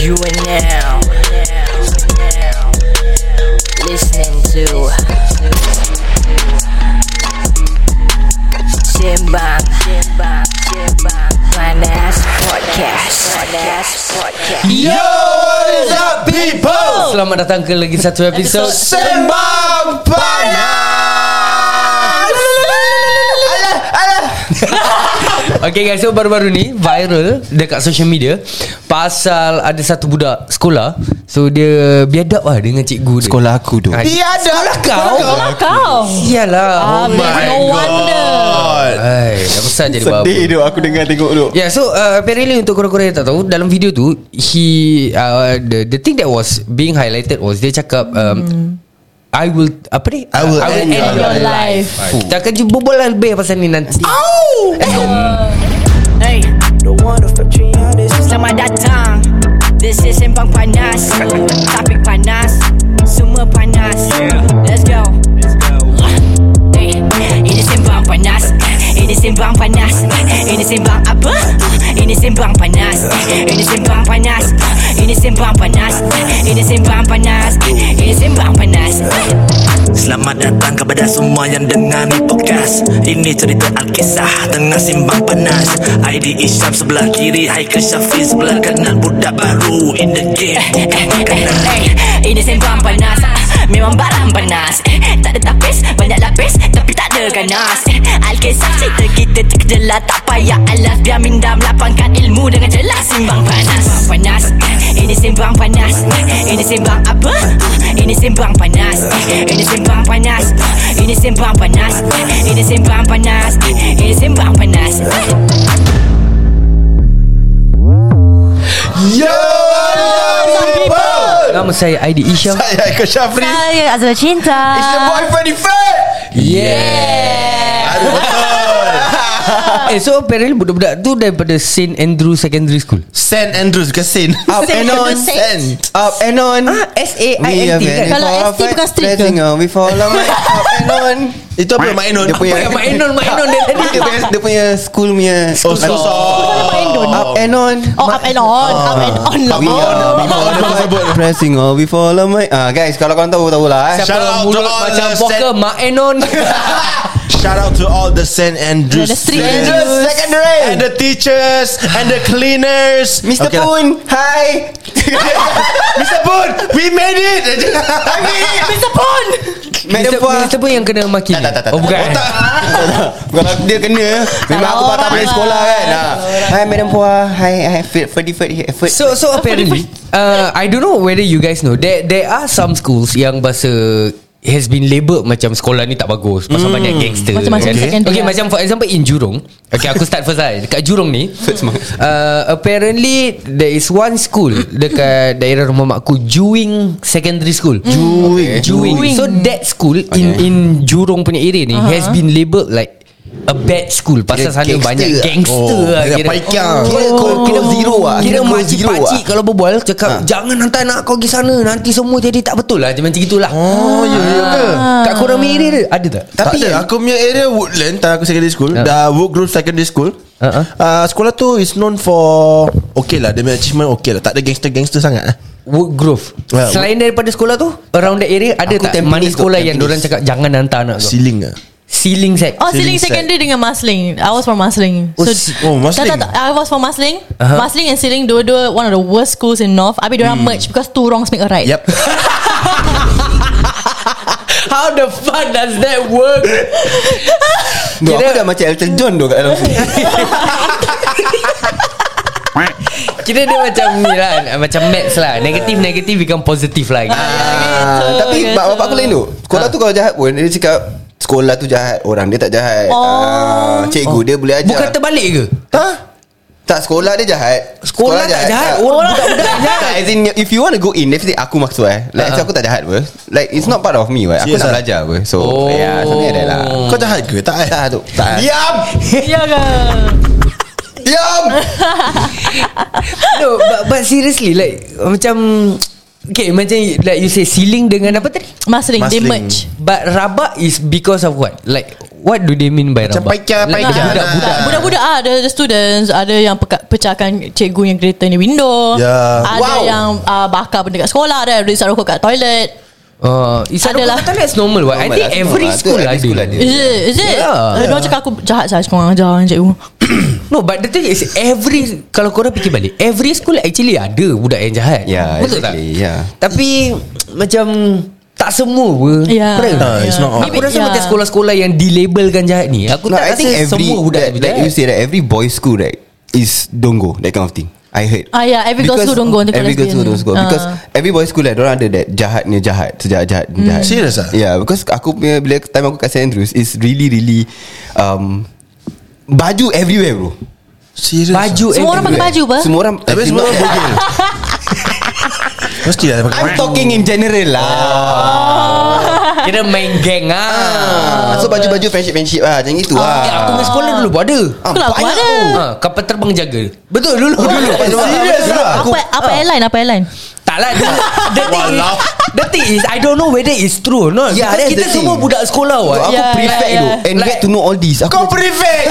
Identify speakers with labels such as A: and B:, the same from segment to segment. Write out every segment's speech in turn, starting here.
A: You are now listening to Simbang Panas Podcast Panas Podcast
B: Yo, what is up people?
C: Selamat datang ke lagi satu episod
B: Sembang panas. Alah, alah.
C: Okay guys So baru-baru ni Viral Dekat social media Pasal Ada satu budak Sekolah So dia Biadab lah Dengan cikgu dia
B: Sekolah aku tu.
C: Hai.
B: Tiada lah kau.
D: Kau
C: Sialah
D: Oh
C: hormat.
D: my No wonder
B: God.
C: Hai Dah besar jadi bapa
B: Sedih tu aku dengar tengok tu.
C: Yeah so uh, Apparently untuk korang-korang yang tak tahu Dalam video tu He uh, the, the thing that was Being highlighted was Dia cakap um,
D: Hmm.
C: I will Apa ni
B: I will end
D: your life.
C: Ah, Kita akan jumpa bola lebih Pasal ni nanti Eh,
A: Hey Selamat datang This is Sembang Panas Topik panas Semua panas Let's go Hey, Ini Sembang Panas Ini Sembang Panas Ini Sembang apa? Ini Sembang Panas Ini Sembang Panas Ini Sembang Panas Ini Sembang Panas Ini Sembang Panas
E: Selamat datang kepada semua yang dengar ni podcast Ini cerita Alkisah tengah simbang panas ID Isyam sebelah kiri Haikal Syafiq sebelah kanan Budak baru in the game Bukan kenal
A: Hey, Ini sembang panas Ah, Memang barang panas Eh, Tak ada tapis Banyak lapis Tapi tak ada ganas Eh, Alkisah cerita kita terkejelah Tak payah alas Biar minda melapangkan ilmu Dengan jelas Simbang panas Simbang panas Eh, Ini simbang panas Eh, Ini simbang apa? Ah, Ini simbang panas Eh, Ini simbang panas Ah, Ini simbang panas Eh, Ini simbang panas Eh, Ini simbang panas Eh.
B: Yo, what is up people?
C: Nama saya Aidi Isyam
B: Saya Aiko Syafri.
D: Saya Azul Ya, Cinta
B: It's your boy Freddy Fat.
C: Yeah
B: Aduh betul.
C: Eh so apparently budak-budak tu Daripada St. Andrew Secondary School
B: Saint Andrews ke Saint? Up
D: Saint
B: and on
D: Andrews, Saint.
B: Saint Up and on
C: S-A-I-N-T kan
D: Kalau ST bukan straight ke?
B: uh, We follow my up and on Itu apa Mak Enon Dia punya
C: Apa yang Mak Enon, Mak Enon dia tadi?
B: Dia punya, dia punya school punya School song Up and on
D: Oh up and on Up and on lah
B: We on We on Apa sebut Pressing on We follow my Ah Guys kalau korang tahu Tahulah eh
C: Siapa
F: Shout
C: yang
F: out to
C: mulut
F: all
C: macam
F: the
C: Walker Mak Enon
F: Shout out to all the St. Andrews
D: The street
F: students.
D: Andrews.
B: Secondary.
F: And the teachers And the cleaners
B: Mr.
F: Okay lah.
B: Poon Hi
F: Mr. Poon We made it
D: Mr. Pon
B: Madam
C: Mister-
B: Puan
C: Mister pun yang kena maki ni
B: tak, tak, tak.
C: Oh bukan
F: Oh, tak.
B: Bukan aku dia kena Memang aku patah
D: orang
B: balik
D: lah.
B: sekolah kan ah. Hai Madam Puan Hai Hai Ferdy Ferdy
C: So so apparently uh, I don't know whether you guys know There there are some schools Yang bahasa Has been labelled Macam sekolah ni tak bagus Pasal banyak gangster
D: Macam-macam
C: kan.
D: secondary
C: Okay
D: lah.
C: macam for example In Jurong Okay aku start first lah Dekat Jurong ni uh, Apparently There is one school Dekat daerah rumah makku Juing Secondary School Juing Juing So that school In in Jurong punya area ni
D: Uh-huh.
C: Has been labelled like A bad school Pasal sana
B: gangster
C: banyak
B: lah.
C: gangster
F: Oh,
C: lah
F: kira
C: kira.
F: paikiang.
B: Kira call- call zero ah.
C: Kira
B: Kira call
C: makcik
B: zero
C: pakcik
B: ah.
C: kalau berbual Cakap
B: Ha.
C: jangan hantar anak kau pergi sana Nanti semua jadi tak betul lah Macam macam gitulah Oh ya yeah, Kat korang punya area dia ada tak?
F: Tapi tak ada. aku punya area Woodland Tanah aku secondary school
C: Ah.
F: Dah Woodgrove secondary school
C: Ah, ah.
F: uh, Sekolah tu is known for Okay lah Dia punya achievement okay lah Tak ada gangster-gangster sangat eh.
C: Wood Grove
B: Ya,
F: Well,
C: Selain daripada sekolah tu Around that area Ada
F: Aku
C: tak
F: Tampines
C: mana
F: tu,
C: sekolah yang
F: Tampines.
C: orang cakap Jangan hantar anak kau
F: Ceiling lah
C: Ceiling sack
D: Oh Siling
F: Siling
D: secondary dengan Masling I was from Masling
C: Oh, si-
F: oh, Marsiling.
D: tak, tak, tak. I was from Masling
C: Aha.
D: Masling and Siling Dua-dua One of the worst schools in North Habis diorang merge Because two wrongs make a right
F: Yep
C: How the fuck does that work?
B: Bro, aku dah macam Elton John tu kat dalam sini
F: Ah,
C: Kira dia macam ni lah Macam maths lah Negatif-negatif become positif lah gitu.
D: Eh,
B: Ah,
D: Gitu,
B: Tapi
D: gitu.
B: bak bapak aku lain tu Sekolah
F: Ah.
B: tu kalau jahat pun Dia cakap Sekolah tu jahat Orang dia tak jahat
D: Oh.
B: Ah, Cikgu dia boleh ajar
C: Bukan terbalik ke?
B: Ha? Tak sekolah dia jahat
C: Sekolah tak
F: eh.
C: jahat, Oh. orang- budak-budak tak jahat.
B: Tak, As in if you want to go in Definitely aku maksud eh Like uh-huh. aku tak jahat pun Like it's not part of me pun Aku
F: Serious
B: nak
F: ah?
B: belajar pun So
C: Oh.
B: yeah, Something like that lah
F: Kau jahat ke? Tak eh
B: Tak tu Tak
F: Diam
D: Ya
C: lah.
D: ke
B: Diam
C: No but, but seriously Like Macam Okay macam Like you say Ceiling dengan apa tadi?
D: Masling They
F: Marsiling.
D: merge
C: But rabak is because of what? Like what do they mean by
B: Macam
C: rabak?
B: paikia, paikia.
C: budak-budak.
B: Ah.
D: Budak-budak ah, ada the students, ada yang peka- pecahkan cikgu yang kereta ni window.
F: Ya.
D: Ada
B: Wow.
D: yang uh, bakar benda kat sekolah, ada yang risau rokok kat toilet.
C: Uh, it's
D: Adalah.
C: adalah that's normal what. I
B: Normal
C: think
B: lah,
C: every
B: normal. Tu
C: school
B: every
C: ada.
B: school ada.
D: Is it? Is it?
C: Yeah.
D: Yeah. Dia orang cakap aku jahat saya sekolah ajar cikgu.
C: No but the thing is Every Kalau korang fikir balik Every school actually ada Budak yang jahat Betul
B: Yeah, Ya, exactly,
C: tak?
B: yeah.
C: Tapi Macam Tak semua pun
D: Ya.
F: Ah, it's not all.
C: Aku rasa
D: Ya.
C: macam sekolah-sekolah Yang dilabelkan jahat ni Aku
B: No,
C: tak
B: I
C: rasa
B: think every
C: Semua budak
B: like, like you say that every boys school right is don't go that kind of thing. I heard.
D: Ah, yeah, every girls'
B: Because
D: school don't go untuk
B: Every girls
D: lesbian. Ah.
B: school don't go
D: Hmm.
B: because every boys school like orang ada that jahatnya jahat sejahat jahat jahat.
F: Serious ah?
B: Yeah, because aku punya bila time aku kat St Andrews is really really um baju everywhere bro.
F: Serius
C: Baju
D: Semua orang pakai baju apa?
B: Semua orang
F: Tapi semua orang bogel Mesti lah pakai
B: I'm talking in general
D: Ah.
B: lah.
C: Kira main geng ah.
B: Ah, so baju-baju friendship friendship ah macam gitu
C: Eh,
B: ah.
C: aku punya sekolah dulu pun ada
B: Ah,
D: Kelah, aku
B: banyak
D: ada.
B: tu.
C: ha, Kapal terbang jaga Betul dulu Dulu
B: Serious lah.
D: Apa apa airline? Apa airline?
C: Tak lah the, the, thing is, the thing is I don't know whether it's true or not
B: Yeah,
C: Because
B: that's
C: Kita
B: the
C: semua
B: thing.
C: budak sekolah
B: Bro,
C: what.
B: Oh, Aku
F: Ya,
D: Yeah,
B: prefect
D: yeah,
B: tu
D: yeah.
B: And get to know all this Aku
F: Kau prefect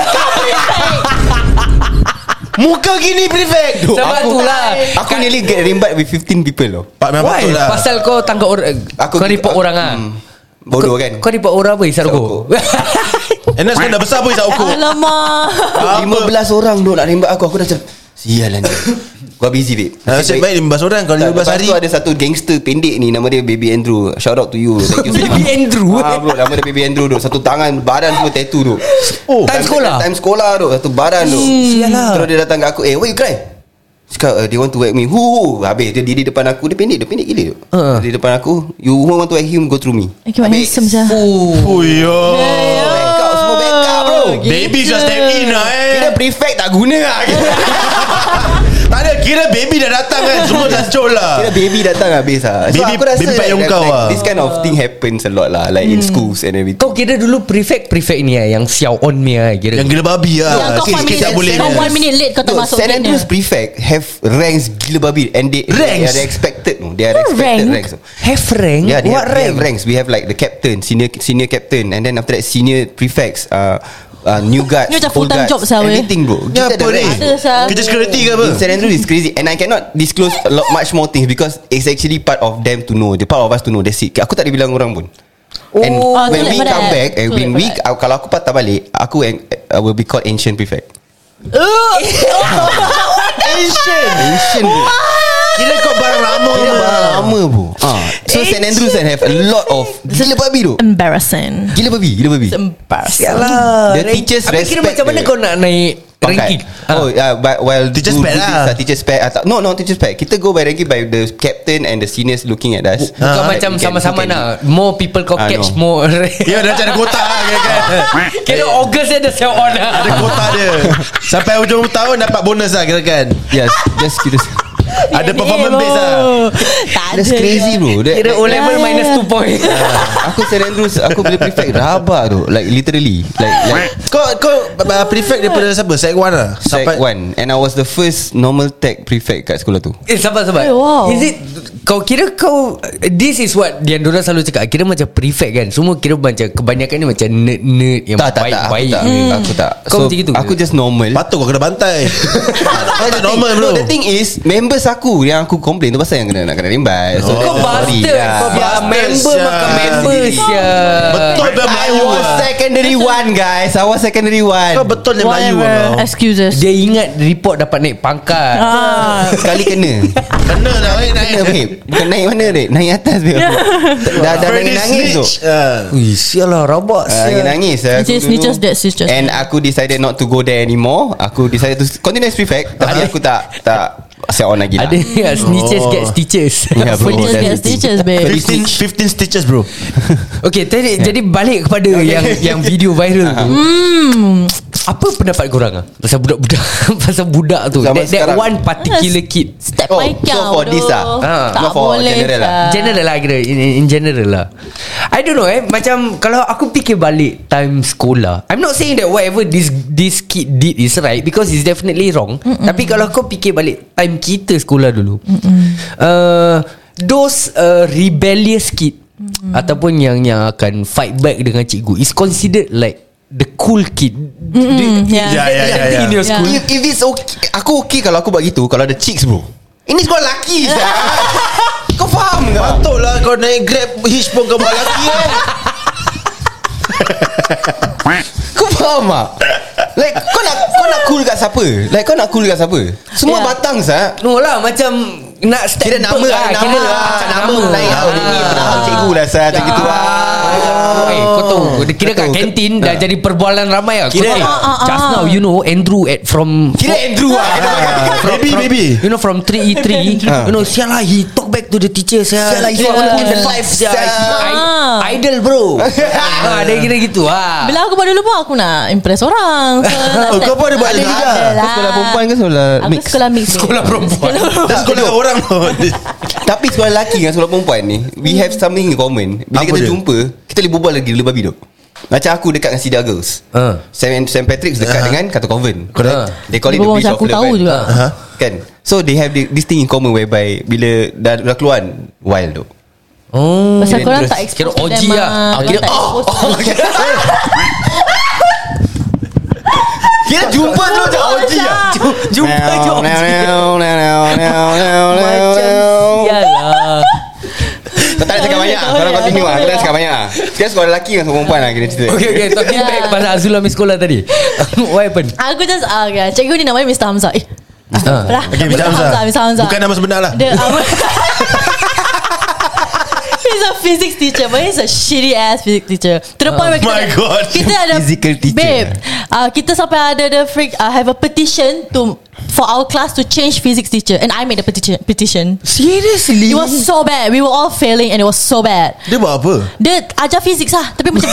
F: Muka gini prefect
B: Bro,
C: Sebab
B: aku-
C: itulah.
B: Aku nearly get rimbat With 15 people tau
F: Pak memang
C: Why?
F: betul lah
C: Pasal kau tangkap orang
B: Aku-
C: Kau report
B: aku-
C: orang ah.
B: Hmm. Bodoh
C: Kau-
B: kan?
C: Kau report orang apa Isar
B: Isar
C: kau
F: And then sekarang dah besar pun Isak Oko Apa?
D: Alamak.
B: 15 orang tu Nak rimbat aku Aku dah macam Sial lah ni Kau busy babe
F: Nasib baik 15 orang Kalau 15
B: Lepas
F: hari
B: tu ada satu gangster pendek ni Nama dia Baby Andrew Shout out to you Thank you so
C: Baby
B: much.
C: Andrew?
B: ah, bro, Nama dia Baby Andrew tu Satu tangan Badan semua tattoo tu
F: Oh.
C: Time sekolah?
B: Time sekolah tu Satu badan tu
D: Hmm.
C: sial lah.
B: Terus dia datang ke aku Eh why you cry? Cakap uh, They want to whack me Hoo Habis dia diri depan aku Dia pendek Dia pendek gila tu
C: Ha.
B: Dia depan aku You who want to whack him Go through me
D: Okay, mak Uh-uh. Eh, handsome je.
C: Oh.
F: Puyo
B: Back out eh, Semua back out bro
F: Oh, ya.
D: Oh,
F: Baby just step in lah eh
B: Kira prefect tak guna lah
F: Tak ada Kira baby dah datang kan Semua dah col lah
B: Kira baby datang habis lah So
F: Baby-
B: aku rasa
F: baby payung
B: like,
F: kau
B: like,
F: lah.
B: This kind of thing happens a lot lah Like
D: Hmm.
B: in schools and everything
C: Kau kira dulu prefect-prefect ni eh, Yang Xiao On ni eh, Kira
F: Yang gila babi lah
D: Yang kau
F: Sikit-
D: five
F: sikit
D: minutes
F: tak boleh
D: Kau one minute late Kau tak
B: No,
D: masuk
B: St.
D: gate
B: Andrews
D: dia.
B: prefect Have ranks gila babi And they They
F: Ranks?
B: are expected no? They are
D: What
B: expected
D: rank?
B: ranks
C: Have rank
B: Yeah, they
C: What
B: have,
C: rank
B: They have ranks. We have like the captain, senior senior captain, and then after that senior prefects, uh, uh, new guards,
D: Ni macam
B: old
D: full-time
B: guards,
D: job sia, weh.
B: Everything bro.
F: Ni apa ni
D: Ada sia.
F: Kerja security Ya, ke apa
B: In St. Andrews is crazy And I cannot disclose a lot, Much more things Because it's actually Part of them to know The part of us to know That's it Aku tak ada bilang orang pun And
C: Oh,
D: Ah,
B: when
D: tu
B: we
D: like
B: come
D: that.
B: back and
D: Tu
B: when we uh,
D: like that.
B: kalau aku patah balik aku and, I will be called ancient prefect.
D: oh.
F: Asian
B: Ancient bro.
F: Kira kau barang lama
B: Kira barang lama bro. Ah, so St. Andrews and have a lot of gila babi tu.
D: Embarrassing.
B: Gila babi, gila babi.
D: Embarrassing.
F: Ya lah,
C: Sialah
B: The teachers
C: Habis kira
B: respect
C: macam mana
B: the-
C: kau nak naik Ranking Ah,
B: Pangkat Oh yeah, but while
F: Teacher's
B: do-
F: pet
B: do
F: lah.
B: this, uh, Teacher's pet atau, No no teacher's pet Kita go by ranking By the captain And the seniors looking at us Ah.
C: Bukan
B: Like,
C: macam
B: we can-
C: sama-sama
B: we can-
C: nak More people kau
B: Ah,
C: catch
B: no.
C: More
F: Ya dah macam ada kotak lah kira kan
C: Kira August dia ada Xiao On lah
F: Ada kotak dia Sampai hujung tahun dapat bonus lah kira kan
B: Yes Just curious
F: Ada performance
D: Eh,
F: based lah
D: bro. Tak ada.
B: That's crazy bro That,
C: Kira O
B: that,
C: level
D: Ya, ya.
C: minus 2 point
B: Aku St. Andrews Aku bila prefect Rabak tu Like literally Like, like
F: Kau kau uh, prefect daripada siapa? Sec 1 lah
B: Sec 1 And I was the first Normal tech prefect Kat sekolah tu
C: Eh sabar sabar
D: Eh, wow.
C: Is it Kau kira kau This is what Yang diorang selalu cakap Kira macam prefect kan Semua kira macam Kebanyakan ni macam nerd-nerd Yang
B: tak, tak, tak, aku
C: baik-baik
B: tak, aku
D: Hmm.
B: tak.
C: Kau macam gitu
B: Aku
C: ke?
B: just normal
F: Patut kau kena bantai Kau
B: The
F: tak
B: thing-
F: normal bro
B: no, The thing is Members aku Yang aku complain tu Pasal yang kena nak kena rimbat so,
C: Oh. Kau
B: sorry
C: bastard
B: lah.
C: Kau biar
F: Bastard,
C: member
F: sia.
C: makan member sia
F: Betul dia
B: I
F: Melayu
B: was
F: lah.
B: secondary one guys I was secondary one
F: Kau betul dia Melayu lah
D: Whatever.
F: kau.
D: Excuses.
C: Dia ingat report dapat naik pangkat
D: Ah.
B: Sekali kena
F: Kena dah naik naik
B: Kena babe Bukan naik mana babe Naik atas babe aku. Dah dah
F: Freddy
B: nangis-nangis tu
F: Snitch Ah.
C: Ui sial lah rabak
B: Nangis nangis ah,
D: Snitches, snitches, that's snitches.
B: And aku decided not to go there anymore Aku decided to Continue as prefect Tapi
C: Ada-
B: aku tak Tak Set on lagi lah
C: Ada yang
D: Hmm.
C: snitches get stitches
B: Yeah, Oh. Ya, bro.
D: Snitches
B: that's
D: get
B: the thing.
D: stitches, babe.
F: 15 15 stitches bro
C: Okay tadi,
B: Ya.
C: Jadi balik kepada Yang yang video viral tu
D: Hmm.
C: Apa pendapat korang ah? Pasal budak-budak Pasal budak tu
B: Zaman
C: That, that
B: sekarang.
C: one particular kid
D: Step
B: Oh,
D: by
B: so
D: count,
B: for
D: bro.
B: this ah?
C: Ah.
D: Tak
B: Not for
D: boleh
B: general lah.
D: lah.
C: General lah kira in, in- in general lah I don't know eh Macam Kalau aku fikir balik Time sekolah I'm not saying that Whatever this this kid did Is right Because it's definitely wrong Mm-mm. Tapi kalau kau fikir balik Time kita sekolah dulu uh, Those uh, rebellious kid Mm-hmm. Ataupun yang yang akan fight back dengan cikgu Is considered like the cool kid.
D: Mm,
F: Yeah,
D: yeah.
F: yeah, yeah, yeah.
C: In your school.
B: If, if it's okay Aku okay kalau aku buat gitu Kalau ada chicks bro Ini sekolah lelaki sah. Kau faham tak?
F: Patut lah kau naik grab Hitch pun kau buat lelaki kan
B: Kau faham tak? Like kau nak kau nak cool kat siapa? Like kau nak cool kat siapa? Semua
D: Yeah.
B: batang sah.
C: No lah macam nak step
B: Kira nama
C: back
B: lah Nama
C: kira
B: lah
C: macam
B: Nama naik lah Dia ni penahan cikgu lah Saya macam gitu lah
C: Ah. Eh, kau tahu dia Kira kat
B: Kau tahu.
C: kantin Dah jadi perbualan ramai lah Kau
B: Kira-
C: tahu,
D: Ah, ah, ah.
C: Just now you know Andrew at from
B: Kira Andrew lah
F: Baby baby
C: You know from 3E3
B: Ah.
C: You know Sial lah He talk back to the teacher Sial
B: Sial lah, he
C: want to
B: want to
C: the life Sial
B: Sial.
C: I- Idol bro ah, Dia kira gitu ah.
D: Bila aku buat dulu pun Aku nak impress orang so, nak
F: Oh,
D: step-
F: kau pun ada buat
D: ada
F: juga?
D: lah.
B: ke sekolah
D: Aku sekolah mix
C: Sekolah perempuan
F: Tak sekolah orang
B: Tapi sekolah lelaki dengan sekolah perempuan ni We have something in common Bila
F: Apa
B: kita
F: dia?
B: jumpa Kita boleh berbual lagi Gila babi dok Macam aku dekat dengan Sida Girls
C: Ah.
F: Ha.
B: St. St. Patrick's
F: Ah.
B: dekat dengan Kata Convent
C: Correct.
B: They call
D: Dia
B: it the
D: berbual macam
B: Beach of
D: aku
B: Love
D: tahu
B: kan?
D: juga.
F: Ha.
B: Ah. Kan So they have the- this thing in common Whereby Bila dah, dah keluar Wild dok
C: Oh
D: Pasal
B: Kira
D: korang
B: terus-
D: tak expose
C: kira
D: to
C: OG
D: them,
C: lah. Ah,
D: ah. Korang
C: kira-
D: tak expose to them.
B: Kira jumpa tu macam
D: Oh,
B: OG lah
D: macam-
B: Ju- Jumpa je OG
C: Macam Sial lah
B: Kau tak nak cakap banyak Kau nak continue lah Kau tak nak cakap banyak Sekarang sekolah lelaki dengan sekolah perempuan lah Kira cerita
C: Okay okay Talking
D: Yeah.
C: back Pasal Azul ambil sekolah tadi What happened
D: Aku just ah, okay. Cikgu ni namanya Mr. Hamzah Eh
C: Ah.
D: apalah.
F: Okay Mr. Hamzah
D: Mr. Hamzah
F: Bukan nama sebenar lah
D: The um, He's a physics teacher But he's a shitty ass physics teacher To the point
F: Oh
D: where
F: my
D: kita,
F: God.
D: Kita ada
B: Physical teacher.
D: Babe uh, Kita sampai ada the freak uh, Have a petition to For our class to change physics teacher And I made the petition, petition.
C: Seriously
D: It was so bad We were all failing And it was so bad
F: Dia buat apa
D: Dia ajar physics lah Tapi macam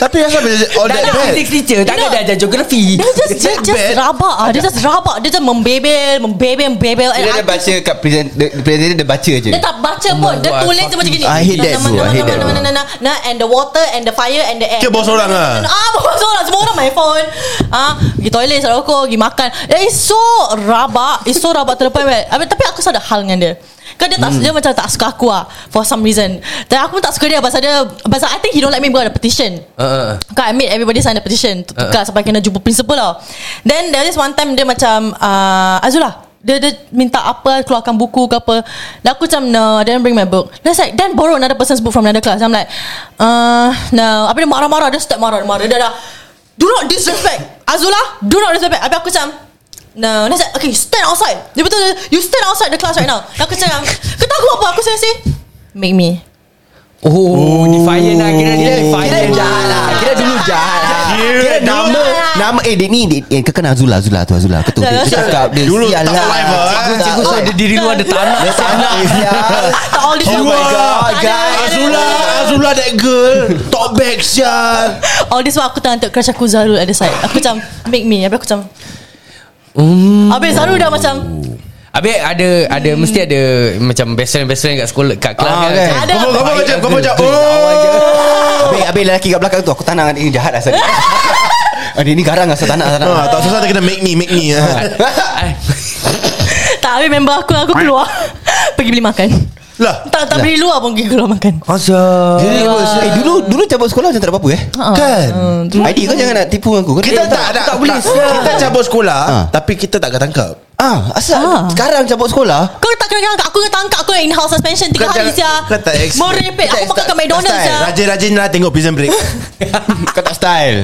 F: Tapi asal bila All
C: Dah
F: oh, that
C: ada
F: bad
C: physics teacher Takkan
D: No.
C: dah ajar geografi
D: Dia just, dia just rabak ah. Dia just rabak Dia just membebel Membebel Membebel And
B: Kira dia
D: I-
B: baca kat present the- the Presenter dia baca je
D: Dia tak baca pun Dia
C: God,
D: tulis
C: fuck
D: dia macam gini
B: I hate that bro, I hate that bro.
D: nah, nah, nah, nah, And the water And the fire And the air
F: Kira bos orang lah.
D: Ah bos orang Semua orang main phone ah, Pergi toilet Sarap rokok Pergi makan Eh, It's so rabak It's so rabak to the point where I mean, Tapi aku ada hal dengan dia Kan dia tak Dia macam tak suka aku lah For some reason Dan aku pun tak suka dia Pasal dia Pasal I think he don't like me Because of the petition
C: Uh,
D: Kan I made everybody sign the petition to tukar uh. sampai kena jumpa principal tau. Then there was one time dia macam uh, Azula dia, dia minta apa keluarkan buku ke apa dan aku macam no I didn't bring my book then it's like then borrow another person's book from another class I'm like uh, no apa dia marah-marah dia step marah dia marah dia dah do not disrespect Azula do not disrespect habis aku macam No Then I said Okay stand outside Dia betul You stand outside the class right now Aku cakap Kau tahu aku apa Aku saya say Make me
C: oh, oh, defiant lah Kira dia defiant
B: jahat lah Kira dulu jahat lah
F: Kira
B: Kira nama
D: jahat.
B: Nama eh dia ni dia- eh, Kau kenal Azula Azula tu Azula Kau tahu dia dia cakap dia
F: Dulu
B: sial
F: tak
B: lah.
F: live ah.
B: Cikgu-
C: Cikgu
B: cikgu
C: so
B: saya
C: ada diri luar Ada tanah
B: Dia tak nak sial lah.
D: Tak all this
B: Oh my god
D: Ada,
B: guys
D: ada,
F: Azula Azula that girl Talk back sial
D: All this while Oh, aku tengah tengok crush aku Zarul ada side Aku macam Make me Habis aku macam
C: Hmm.
D: Habis Zarul dah macam
C: Habis ada ada mesti ada macam best friend best friend kat sekolah kat kelas kan.
B: Ah, kan.
C: Macam,
D: Ada.
F: Kau kau macam Kau macam
C: Betul, awal je.
F: Oh
B: Habis, habis lelaki kat belakang tu Aku tak nak Dia ni jahat lah saya Ah, Dia ni garang lah Saya tak nak tak nak.
F: Ah, Tak susah dia kena make me Make me ah.
C: Ah,
D: Tak habis member aku Aku keluar Pergi beli makan
F: Lah
D: Tak tak beli luar pun Pergi keluar makan
C: Asal.
B: Jadi apa Eh dulu Dulu cabut sekolah Macam tak ada apa-apa eh
D: Ha.
F: Kan
D: Hmm,
B: Adik kau jangan nak tipu dengan aku Kau
F: Kita
B: eh,
F: tak ada
B: tak boleh
F: Kita cabut sekolah
B: Ah.
F: Tapi kita tak akan tangkap
B: Ah, asal
D: Ah.
B: sekarang cabut sekolah
D: Kau tak kena tangkap Aku kena tangkap Aku yang in-house suspension
F: Kau
D: 3 hari
F: jangan-
D: sia
F: Kau tak expect.
D: Merepek
F: Kau tak
D: Aku makan kat
F: style.
D: McDonald's
F: Style.
D: sia
F: Rajin-rajin lah tengok Prison Break
B: Kau tak style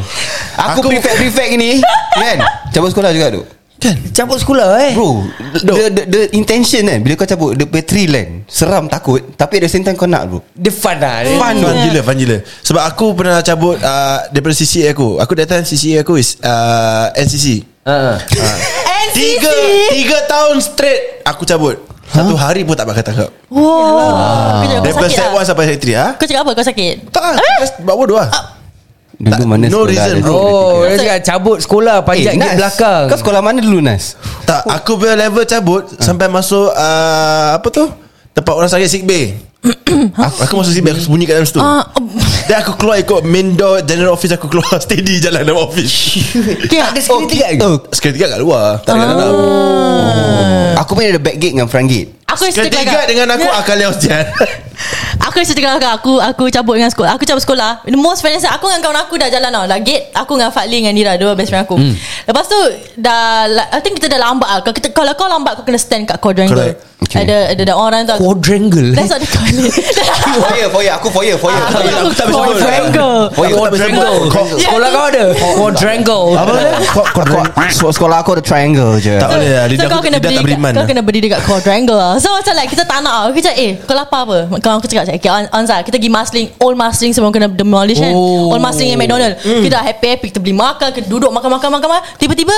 B: Aku,
F: Aku-
B: prefect-prefect ni Kan Cabut sekolah juga tu
C: Cabut sekolah eh.
B: Bro the, the, the, the intention kan Bila kau cabut The battery land Seram takut Tapi at the same time kau nak bro
C: Dia fun lah. dia.
F: Fun Eh, Fun gila Fun gila Sebab aku pernah cabut uh, Daripada CCA aku Aku datang CCA aku is uh, NCC
C: Ah.
D: NCC
F: Tiga Tiga tahun straight Aku cabut Satu hari pun tak bakal tangkap
D: Wow Kau
F: Daripada
D: sakit
F: step 1
D: lah
F: sampai step 3 ha?
D: Kau cakap apa kau sakit
F: Tak ah, just buat bodoh lah
B: Dulu
F: Tak,
B: mana
F: no
B: sekolah
F: reason,
B: ada
F: bro.
B: tiga-
C: Oh,
B: tiga.
C: dia cakap cabut sekolah panjat
B: Eh
C: gate
B: Nas
C: belakang.
B: Kau sekolah mana dulu Nas
F: Tak aku punya level cabut Sampai masuk uh, Apa tu Tempat orang sakit sick bay aku, aku masuk sick bay Aku sembunyi kat dalam situ
D: Ah,
F: Dan aku keluar ikut main door General office aku keluar Steady jalan dalam office
D: Okay
C: ada security guard.
B: Oh
F: Security guard kat luar Tak ada kat dalam
B: Aku main ada back gate dengan front gate
D: Aku cerita
F: Ketika
D: kelakar.
F: dengan aku Akal Leos Jan
D: Aku cerita kelakar Aku aku cabut dengan sekolah Aku cabut sekolah The most friends Aku dengan kawan aku dah jalan tau Lah gate Aku dengan Fadli Dengan Nira Dua best friend aku Lepas tu Dah la- I think kita dah lambat lah Kalau, kita, kalau kau lambat Kau kena stand kat quadrangle
F: Correct.
B: Okay.
D: Ada ada, ada orang tu aku-
C: Quadrangle
D: That's what they call it
B: Foyer foyer Aku foyer foyer
D: Ah,
B: Foyer.
D: aku tak boleh sebut.
B: Quadrangle. Foyer.
C: Quadrangle Sekolah kau ada Quadrangle
F: Apa dia? Kau- kau- kau-
B: Sekolah- Sekolah aku ada triangle je
F: Tak boleh lah
D: so
F: Lidah
D: kau
F: aku
D: kena
F: lidah
D: berdiri
F: tak beriman lah.
D: Kau kena berdiri dekat quadrangle lah. So macam like Kita tak nak tau. Kita cakap eh Kau lapar apa Kawan aku cakap Okay on, on Zah, Kita pergi Marsiling Old Marsiling sebelum kena demolish kan
C: Oh.
D: Old Marsiling yang McDonald
F: Hmm.
D: Kita dah happy-happy Kita beli makan Kita duduk makan-makan makan makan. Tiba-tiba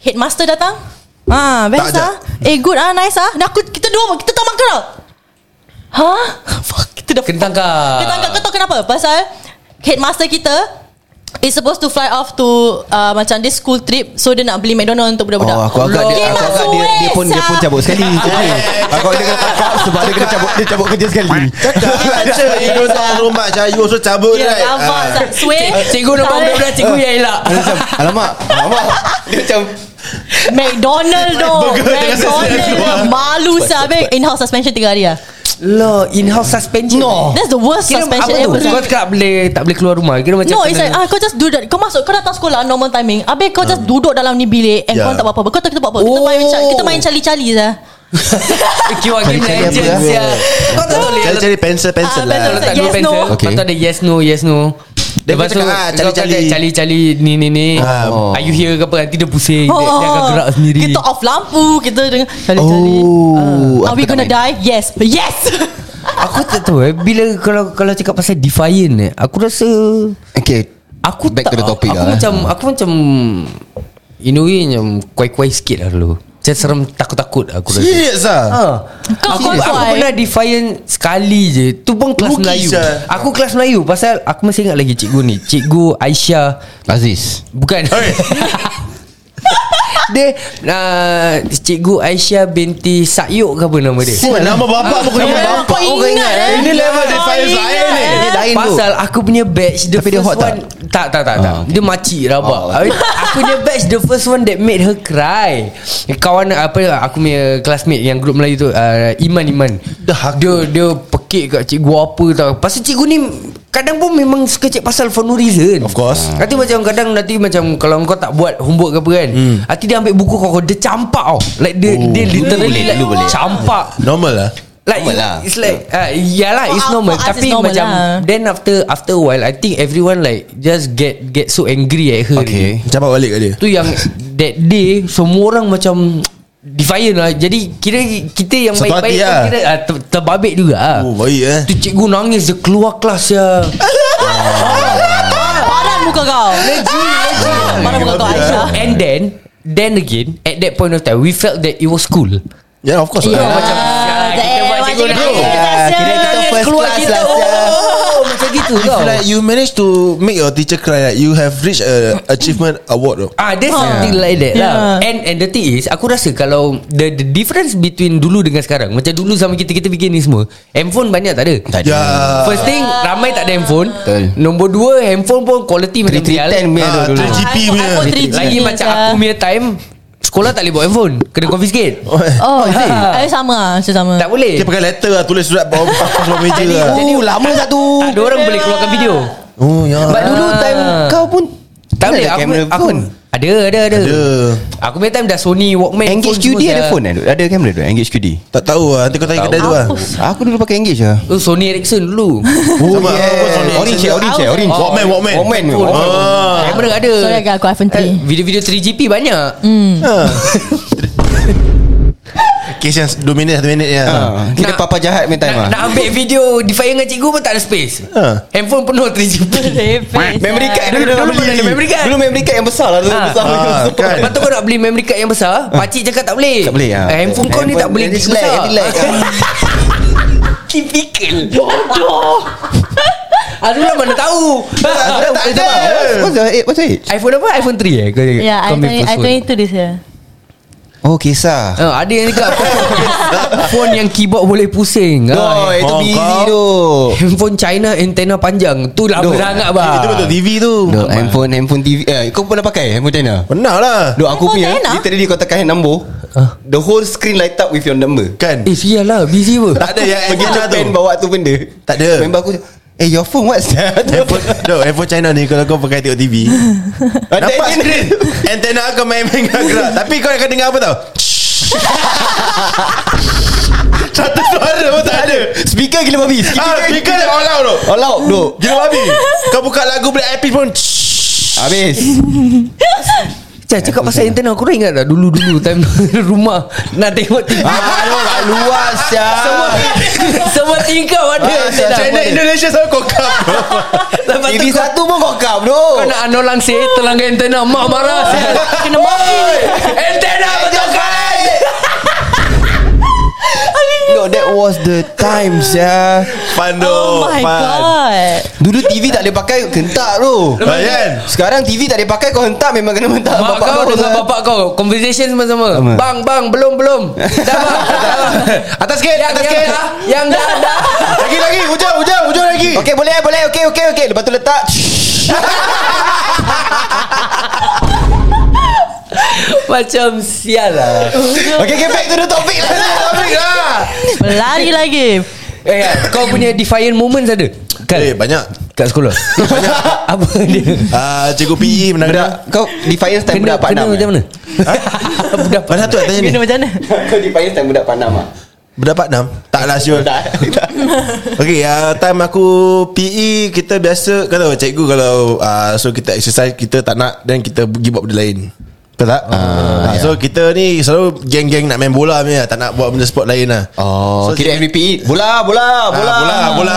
D: Headmaster datang Ah, best
F: Tak
D: ah. Eh, good ah, nice ah. Dan aku kita dua kita tak makan tau. Hah? Fuck, kita dah
C: Kena tangkap.
D: Kena tangkap kau tahu kenapa? Pasal headmaster kita is supposed to fly off to uh, macam this school trip so dia nak beli McDonald untuk budak-budak.
B: Oh, aku agak
D: Gila,
B: dia, aku agak dia, dia pun dia pun
D: Suez, ah. Ya,
B: cabut sekali. Okay. Aku agak dia kena tangkap sebab dia kena cabut dia cabut kerja sekali.
F: Cakap Cakap You don't talk so much ah. You also cabut
D: Ya,
F: right
D: rabak
F: Ah.
D: Zat. Suez.
C: Cikgu nak
D: Tarik.
C: ambil budak cikgu yang elak
B: Dia macam alamak, alamak. Dia macam
D: McDonald doh
F: Burger dengan
D: McDonald
F: sesi
D: doh.
F: keluar.
D: Malu sahabat In-house suspension 3 hari lah
C: Loh in-house suspension No
D: That's the worst suspension ever
C: Kau tak boleh Tak boleh keluar rumah Kira macam
D: No
C: kena-
D: it's like ah, Kau just do that Kau masuk Kau datang sekolah Normal timing Habis kau
B: Hmm.
D: just duduk dalam ni bilik And
F: Yeah.
B: Ya.
D: kau tak buat apa-apa Kau tahu kita buat apa Kita main ca- Kita main cali-cali lah ah.
C: Kira game
B: Cari-cari
C: legends
B: apa,
C: ya. Kau tak boleh
F: Cari cari pencil pencil
D: Ah,
F: lah
C: Kalau tak
D: Yes,
C: yes,
D: no.
C: pencil
B: Okay.
C: Lepas tu ada yes no Yes no
F: Dia
C: Lepas tu
F: cakap, ah,
C: kau
F: cali-cali.
C: kata, Cali-cali Ni ni ni
F: Ah.
C: Are you
B: oh.
C: here ke apa Nanti dia pusing Dia, dia akan gerak sendiri
D: Oh. Kita off lampu Kita dengan Cali-cali
B: Oh,
D: Ah. Are
B: aku
D: we
B: tak
D: gonna die Yes Yes
C: Aku tak tahu eh Bila kalau kalau cakap pasal Defiant eh Aku rasa
B: okay.
C: Aku
B: Back
C: tak
B: to the topic
C: Aku
B: lah, eh.
C: macam Aku macam In a way macam Kuai-kuai sikit lah dulu Macam serem takut-takut Aku rasa
F: Serius lah
C: Ah,
D: Kau
C: aku, aku
D: kuai-kuai.
C: pernah defiant sekali je Tu pun kelas
F: Rookie,
C: Melayu
F: sir.
C: Aku kelas Melayu Pasal aku masih ingat lagi cikgu ni Cikgu Aisyah
B: Aziz.
C: Bukan Dia uh, Cikgu Aisyah binti Sakyuk ke apa nama dia
F: Oh, Nama bapak pun kena
D: Eh,
F: bapak
D: Kau ingat eh
F: Ini level
D: Kau
F: defiance lain
D: ingat,
F: ni
D: eh?
B: Dia lain tu.
C: Pasal aku punya batch The
B: Tapi dia
C: first
B: hot tak?
C: one Tak tak tak, tak.
B: Ah, okay.
C: Dia makcik rabak
B: Oh.
C: Habis, Aku punya batch The first one that made her cry Kawan apa Aku punya classmate Yang group Melayu tu uh, Iman Iman
F: Dah aku.
C: Dia dia pekik kat cikgu apa tak Pasal cikgu ni Kadang pun memang suka cek pasal for no reason Ah.
F: Of course.
C: Nanti macam kadang nanti macam Kalau kau tak buat homework ke apa kan hmm. Nanti dia ambil buku kau kau Dia campak tau Like dia, oh, dia literally
B: boleh,
C: like,
B: dulu boleh.
C: Campak
F: Normal lah
C: Like
B: Normal lah.
C: It's like uh, Yalah
D: For
C: it's
D: us-
C: normal
D: for us
C: Tapi
D: it's normal
C: macam
D: lah.
C: Then after After a while I think everyone like Just get Get so angry at her
B: Okay.
F: Cabut balik kat dia
C: Tu yang That day Semua orang macam Defiant lah Jadi kira Kita yang
F: Satu hati
C: baik-baik kan
F: lah.
C: Kira uh, ter, Terbabit juga lah
F: Oh baik eh
C: Tu cikgu nangis Dia keluar kelas ya
D: Padan Eh, muka kau Padan muka kau Aisyah
C: And then Then again At that point of time We felt that it was cool
F: Yeah of course
D: Ya,
F: lah
C: macam,
D: that
C: kita buat
D: macam
C: cikgu
D: kita
C: nangis.
D: nangis,
B: Kira
D: Aisyah.
B: kita first
C: Keluar
B: class
C: kita
B: lah Syah.
C: Oh macam gitu
F: If
C: tau
F: like you manage to make your teacher cry, like you have reached a achievement award. Though.
C: Ah, there's something like that yeah. lah.
D: Yeah.
C: And and the thing is, aku rasa kalau the, the difference between dulu dengan sekarang, macam dulu sama kita kita bikin ni semua, handphone banyak tak ada.
B: Tak
F: Ya.
B: ada.
F: Yeah.
C: First thing, ramai tak ada handphone.
B: Betul.
C: Nombor dua, handphone pun quality macam biar lah.
B: 3310 punya tu
F: Ah,
B: dulu.
F: 3GP
D: iPhone-
F: punya.
D: iPhone 3G
C: Lagi
D: ni
C: macam
D: je.
C: aku punya time, sekolah tak boleh bawa handphone. Kena confiscate.
D: Oh
C: is it?
D: Eh sama lah Macam sama
C: Tak boleh.
F: Dia pakai letter lah, tulis surat bawah papas bawah meja lah.
B: Oh, lama satu.
C: Tak ada orang boleh keluarkan video.
F: Oh ya.
B: But dulu time kau pun
C: Tak boleh. Aku,
B: kamera
C: aku,
B: phone.
C: ada, ada, ada.
F: Ada.
C: Aku punya time dah Sony Walkman
B: Engage
C: semua
B: QD ada
C: dah.
B: phone kan? Ada kamera tu Engage QD.
F: Tak tahu lah Nanti kau tanya kedai tu lah
B: Aku dulu pakai Engage lah.
C: Oh, Sony Ericsson dulu.
F: Oh
B: Sama, aku Sony Orange eh, Orange eh, Orange.
F: Walkman, Walkman. Ah.
B: Walkman.
C: Oh,
B: Walkman.
C: Kamera ada.
D: Sorry agak aku iPhone 3
C: Eh, Video-video 3GP banyak
F: Kes yang 2 minit 1 minit ya.
B: Ah, Kira
C: Nak-
B: papa jahat punya time
C: nak,
B: lah.
C: nak ambil video Defiant dengan cikgu pun tak ada space
F: Ha.
C: Handphone penuh 3GP
B: Memory card
C: Dulu- dulu
B: dulu dulu
C: pun ada memory card.
B: ya, Dulu memory card yang besar lah dulu
C: Ah.
B: besar.
F: Ah, kan.
C: Lepas tu kau nak beli memory card yang besar Pakcik cakap tak boleh
B: Ha. Tak boleh ah.
C: Eh, Handphone kau ni tak boleh
B: Relax,
C: besar
B: relax.
C: Typical Bodoh Azullah mana tahu
B: Tak ada. What's the what's the age?
C: iPhone apa? iPhone 3 eh? Kau,
D: Ya
C: kau ambil first phone.
D: iPhone 22 this year
B: Oh, kisah.
C: Ah, ada yang dekat Phone yang keyboard boleh pusing
B: Oh,
C: Ah,
B: itu
F: Hong
B: busy
F: Kong.
B: tu.
C: Handphone China Antena panjang Tu lama
B: Doh.
C: sangat bah
F: Itu betul TV tu
B: Dok, handphone handphone TV. Eh, kau pernah pakai handphone China?
F: Pernah lah
B: Dok,
D: Handphone
B: aku punya
D: China?
B: literally kau tekan nombor
C: Ah.
B: The whole screen light up with your number
F: Kan
C: Eh sial lah Busy pun
F: Tak ada yang
B: Pergi
F: China
B: je
F: tu
B: pen bawa tu benda
F: Tak ada.
B: Member aku Eh your phone what's that
F: Handphone no, handphone China ni Kalau kau pakai tengok TV Nampak screen Antena kau main-main gerak, gerak Tapi kau akan dengar apa tau Satu suara pun tak ada
B: Speaker gila babi Speaker,
F: Ah, speaker dia all out tu
B: All out tu
F: Gila babi Kau buka lagu Black Eyed Peas pun
B: Habis
C: Cah, cakap pasal internet Aku dah ingat dah Dulu-dulu Time rumah Nak tengok TV
B: Ah, Aduh kat luar sia
C: Semua Semua tingkap ada lah, internet.
F: Channel Indonesia sama kau kau
C: Lepas tu
B: TV
C: kau-
B: satu pun kau kap tu
C: Kau nak anu langsir Telangga antena Mak marah Oh. Kena maki
B: Eh,
C: Antena betul kan
B: No that was the time sia
F: Pando
D: Oh my god
B: Dulu TV tak boleh pakai Kentak tu
F: Layan
B: Sekarang TV tak boleh pakai Kau hentak memang kena hentak
C: Mak kau dengan
B: kan.
C: bapak kau Conversation sama-sama
B: Sama.
C: Bang bang belum belum Dah bang dah, bang.
F: Atas sikit
C: Yang
B: Ya,
F: Atas
C: yang
F: sikit
C: dah Yang dah dah
F: Lagi lagi Hujung hujung hujung lagi
B: Okay boleh eh, boleh Okay okay okay Lepas tu letak
C: Macam sial lah
B: Okay okay back to the topic lah Topic lah
D: Berlari lagi
C: Eh Kat, kau punya defiant moments ada Kan
F: Eh banyak
C: Kat sekolah Apa dia
F: Ah, Cikgu PE
B: Budak
F: menang
B: Kau defiance time budak eh?
C: kena
B: Panam
C: macam mana Ha? Budak
F: Mana satu nak tanya ni
D: Kena macam mana
B: Kau defiance time budak Panam ah.
F: Budak Pak Nam Tak lah Syul
B: Tak tak.
F: Okay uh, Time aku PE Kita biasa Kalau cikgu Kalau uh, So kita exercise Kita tak nak Then kita pergi buat benda lain Betul tak? Oh, yeah. So kita ni Selalu geng-geng nak main bola ni lah, Tak nak buat benda sport lain lah
B: Oh
F: so,
B: Kira FBP Bola bola
F: Ah,
B: bola
F: bola bola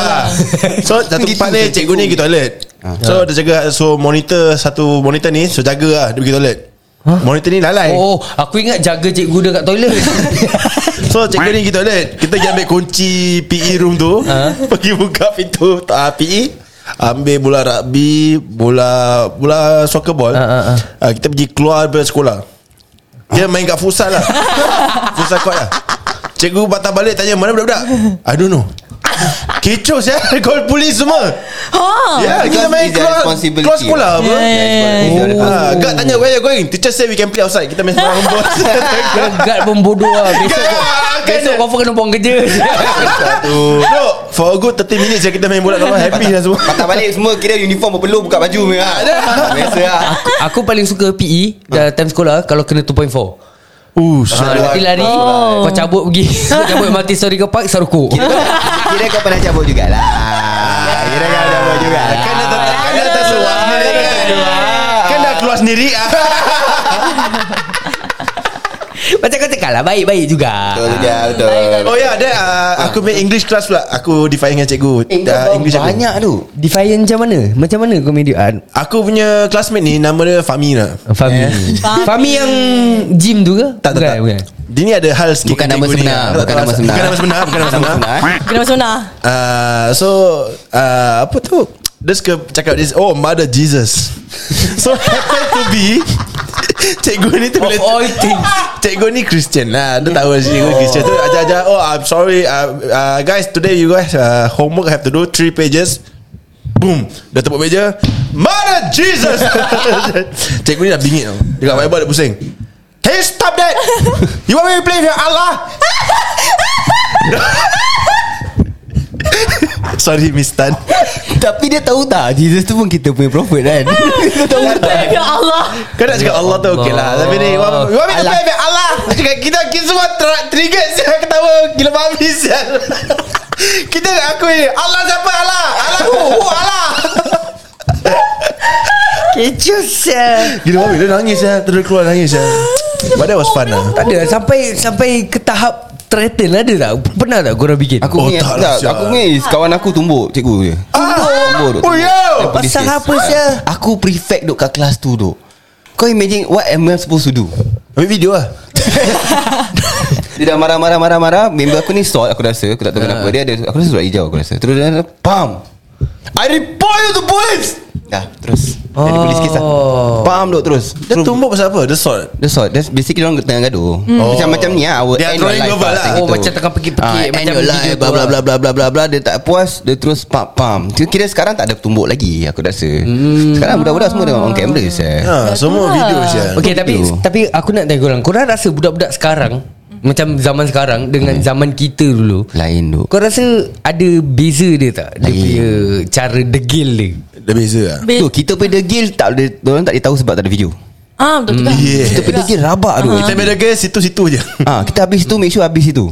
F: So satu
B: Gitu
F: part ni
B: je,
F: Cikgu ni pergi toilet So dia jaga So monitor Satu monitor ni So jaga lah Dia pergi toilet Monitor ni lalai
C: Oh aku ingat jaga cikgu dia kat toilet
F: So cikgu ni pergi toilet Kita pergi ambil kunci PE room tu Pergi buka pintu uh, PE Ambil bola rugby Bola Bola soccer ball
C: Ah, ah, ah.
F: Uh, Kita pergi keluar daripada sekolah Dia main kat futsal lah Futsal court lah Cikgu patah balik tanya Mana budak-budak I don't know Kecoh saya Call polis semua Ya
D: Ha
F: yeah,
B: Because
F: kita main
B: it's their
F: keluar
B: responsibility.
F: Keluar sekolah apa
D: Yeah.
F: Oh. Ah, Gak tanya where you going Teacher say we can play outside Kita main sebarang bos
C: Gad pun bodoh lah
F: Kan,
C: Besok kau-
F: kan.
C: Besok kau pun kena buang kerja
F: Satu Bro For a good 30 minutes je Kita main bola kawan Happy lah semua
B: Patah balik semua Kira uniform berpeluh Buka baju memang. Biasa lah
C: Aku, aku paling suka PE ha. Time sekolah Kalau kena 2.4
F: Ush
C: Ha, nanti lari oh. Kau cabut pergi Kau cabut mati Sorry kau park Sorokok
B: Kira kau pernah cabut jugalah Kira kau cabut jugalah
F: Kan dah tak Kan dah tak seluar sendiri kan. Kan dah keluar sendiri ah.
C: Macam kau cakap lah Baik-baik juga
B: Betul juga betul
F: Oh ya Then uh, Aku main English class pula Aku define dengan cikgu
B: Eh, kau
F: Ah,
B: bawa banyak tu
C: Defiant macam mana? Macam mana komedian?
F: Aku punya classmate ni Nama dia Fahmi lah
C: Fahmi Fahmi yang Gym tu ke?
F: tak, tak, tak.
C: bukan,
F: Dia ni ada hal sikit
B: Bukan
F: kat
B: nama
F: cikgu ni,
B: sebenar,
F: ah.
B: bukan
F: Tak tahu
B: nama
F: asal-
B: sebenar.
F: Bukan nama sebenar Bukan nama sebenar
B: eh.
D: Kena macam mana
F: Ah, So ah, Apa tu Dia suka cakap this Oh mother Jesus So happen to be Cikgu ni tu
C: bukan. Of all things
F: Cikgu ni Christian lah Dia tahu cikgu Christian tu Ajar-ajar Oh I'm sorry uh, uh, Guys today you guys uh, Homework have to do Three pages Boom Dah tepuk meja Mana Jesus Cikgu ni dah bingit tau Dekat whiteboard dia pusing Can you stop that You want me to play with your Allah Sorry Miss Tan
B: Tapi dia tahu tak Jesus tu pun kita punya prophet kan Dia tahu tak
D: Ya Allah
F: Kau nak cakap Allah tu okey lah Tapi ni You want you want me to
B: Allah.
F: play with Allah Dia cakap kita, kita semua ter- trigger sial Ketawa gila babi sial Kita nak aku ni Allah siapa Allah Allah who who Allah
C: Kecoh sial
F: Gila babi dia nangis sial Terus keluar nangis sial But that was fun lah
C: Tak ada Sampai Sampai ke tahap Threaten ada tak? Pernah tak korang bikin?
B: Aku
F: Oh,
B: punya
F: tak
B: tak,
F: lah, Syah.
B: Aku punya is kawan aku tumbuk cikgu je Tumbuk duk,
F: Oh
B: tumbuk.
F: yo
B: Aku discuss. Aku prefect duk kat kelas tu duk Kau imagine what am I supposed to do
F: Ambil video lah
B: Dia
F: Ah.
B: dah marah-marah marah-marah Member aku ni salt aku rasa Aku tak tahu kenapa Dia ada Aku rasa surat hijau aku rasa Terus dia pam I report you to police Dah terus oh. Jadi polis kisah
C: Oh.
B: Faham dok terus
F: ah. Dia tumbuk pasal apa? Dia sort
B: That's all That's basically orang tengah gaduh
C: Hmm.
B: mm.
F: Oh.
B: Macam macam ni lah Our
F: They are
B: end your
F: throwing
B: life
F: verbal lah.
B: macam
C: Oh,
B: gitu.
C: macam tengah pergi-pergi,
B: Ah,
C: macam
B: End your
C: video
B: life
C: tu
B: bla bla
C: lah.
B: bla bla bla bla bla Dia tak puas Dia terus pam pam Kira- Kira sekarang tak ada tumbuk lagi Aku rasa
C: Hmm.
B: Sekarang budak-budak semua tengok on camera saya.
F: ha, Semua
D: lah.
F: video je
C: Okay tapi
B: Betul.
C: Tapi aku nak tanya korang Korang rasa budak-budak sekarang Macam zaman sekarang Dengan zaman kita dulu
B: Hmm. Lain dok
C: Kau rasa Ada beza dia tak Dia
B: Lain.
C: punya Cara degil dia
F: Dia beza lah
D: Be-
B: Tu kita pergi degil tak ada orang tak tahu sebab tak ada video.
D: Ah, betul juga.
F: Yeah.
B: Kita
D: Betul
B: pergi
D: juga.
B: degil rabak tu.
F: Kita beda ke situ-situ je
B: Ah, kita habis tu make sure habis itu.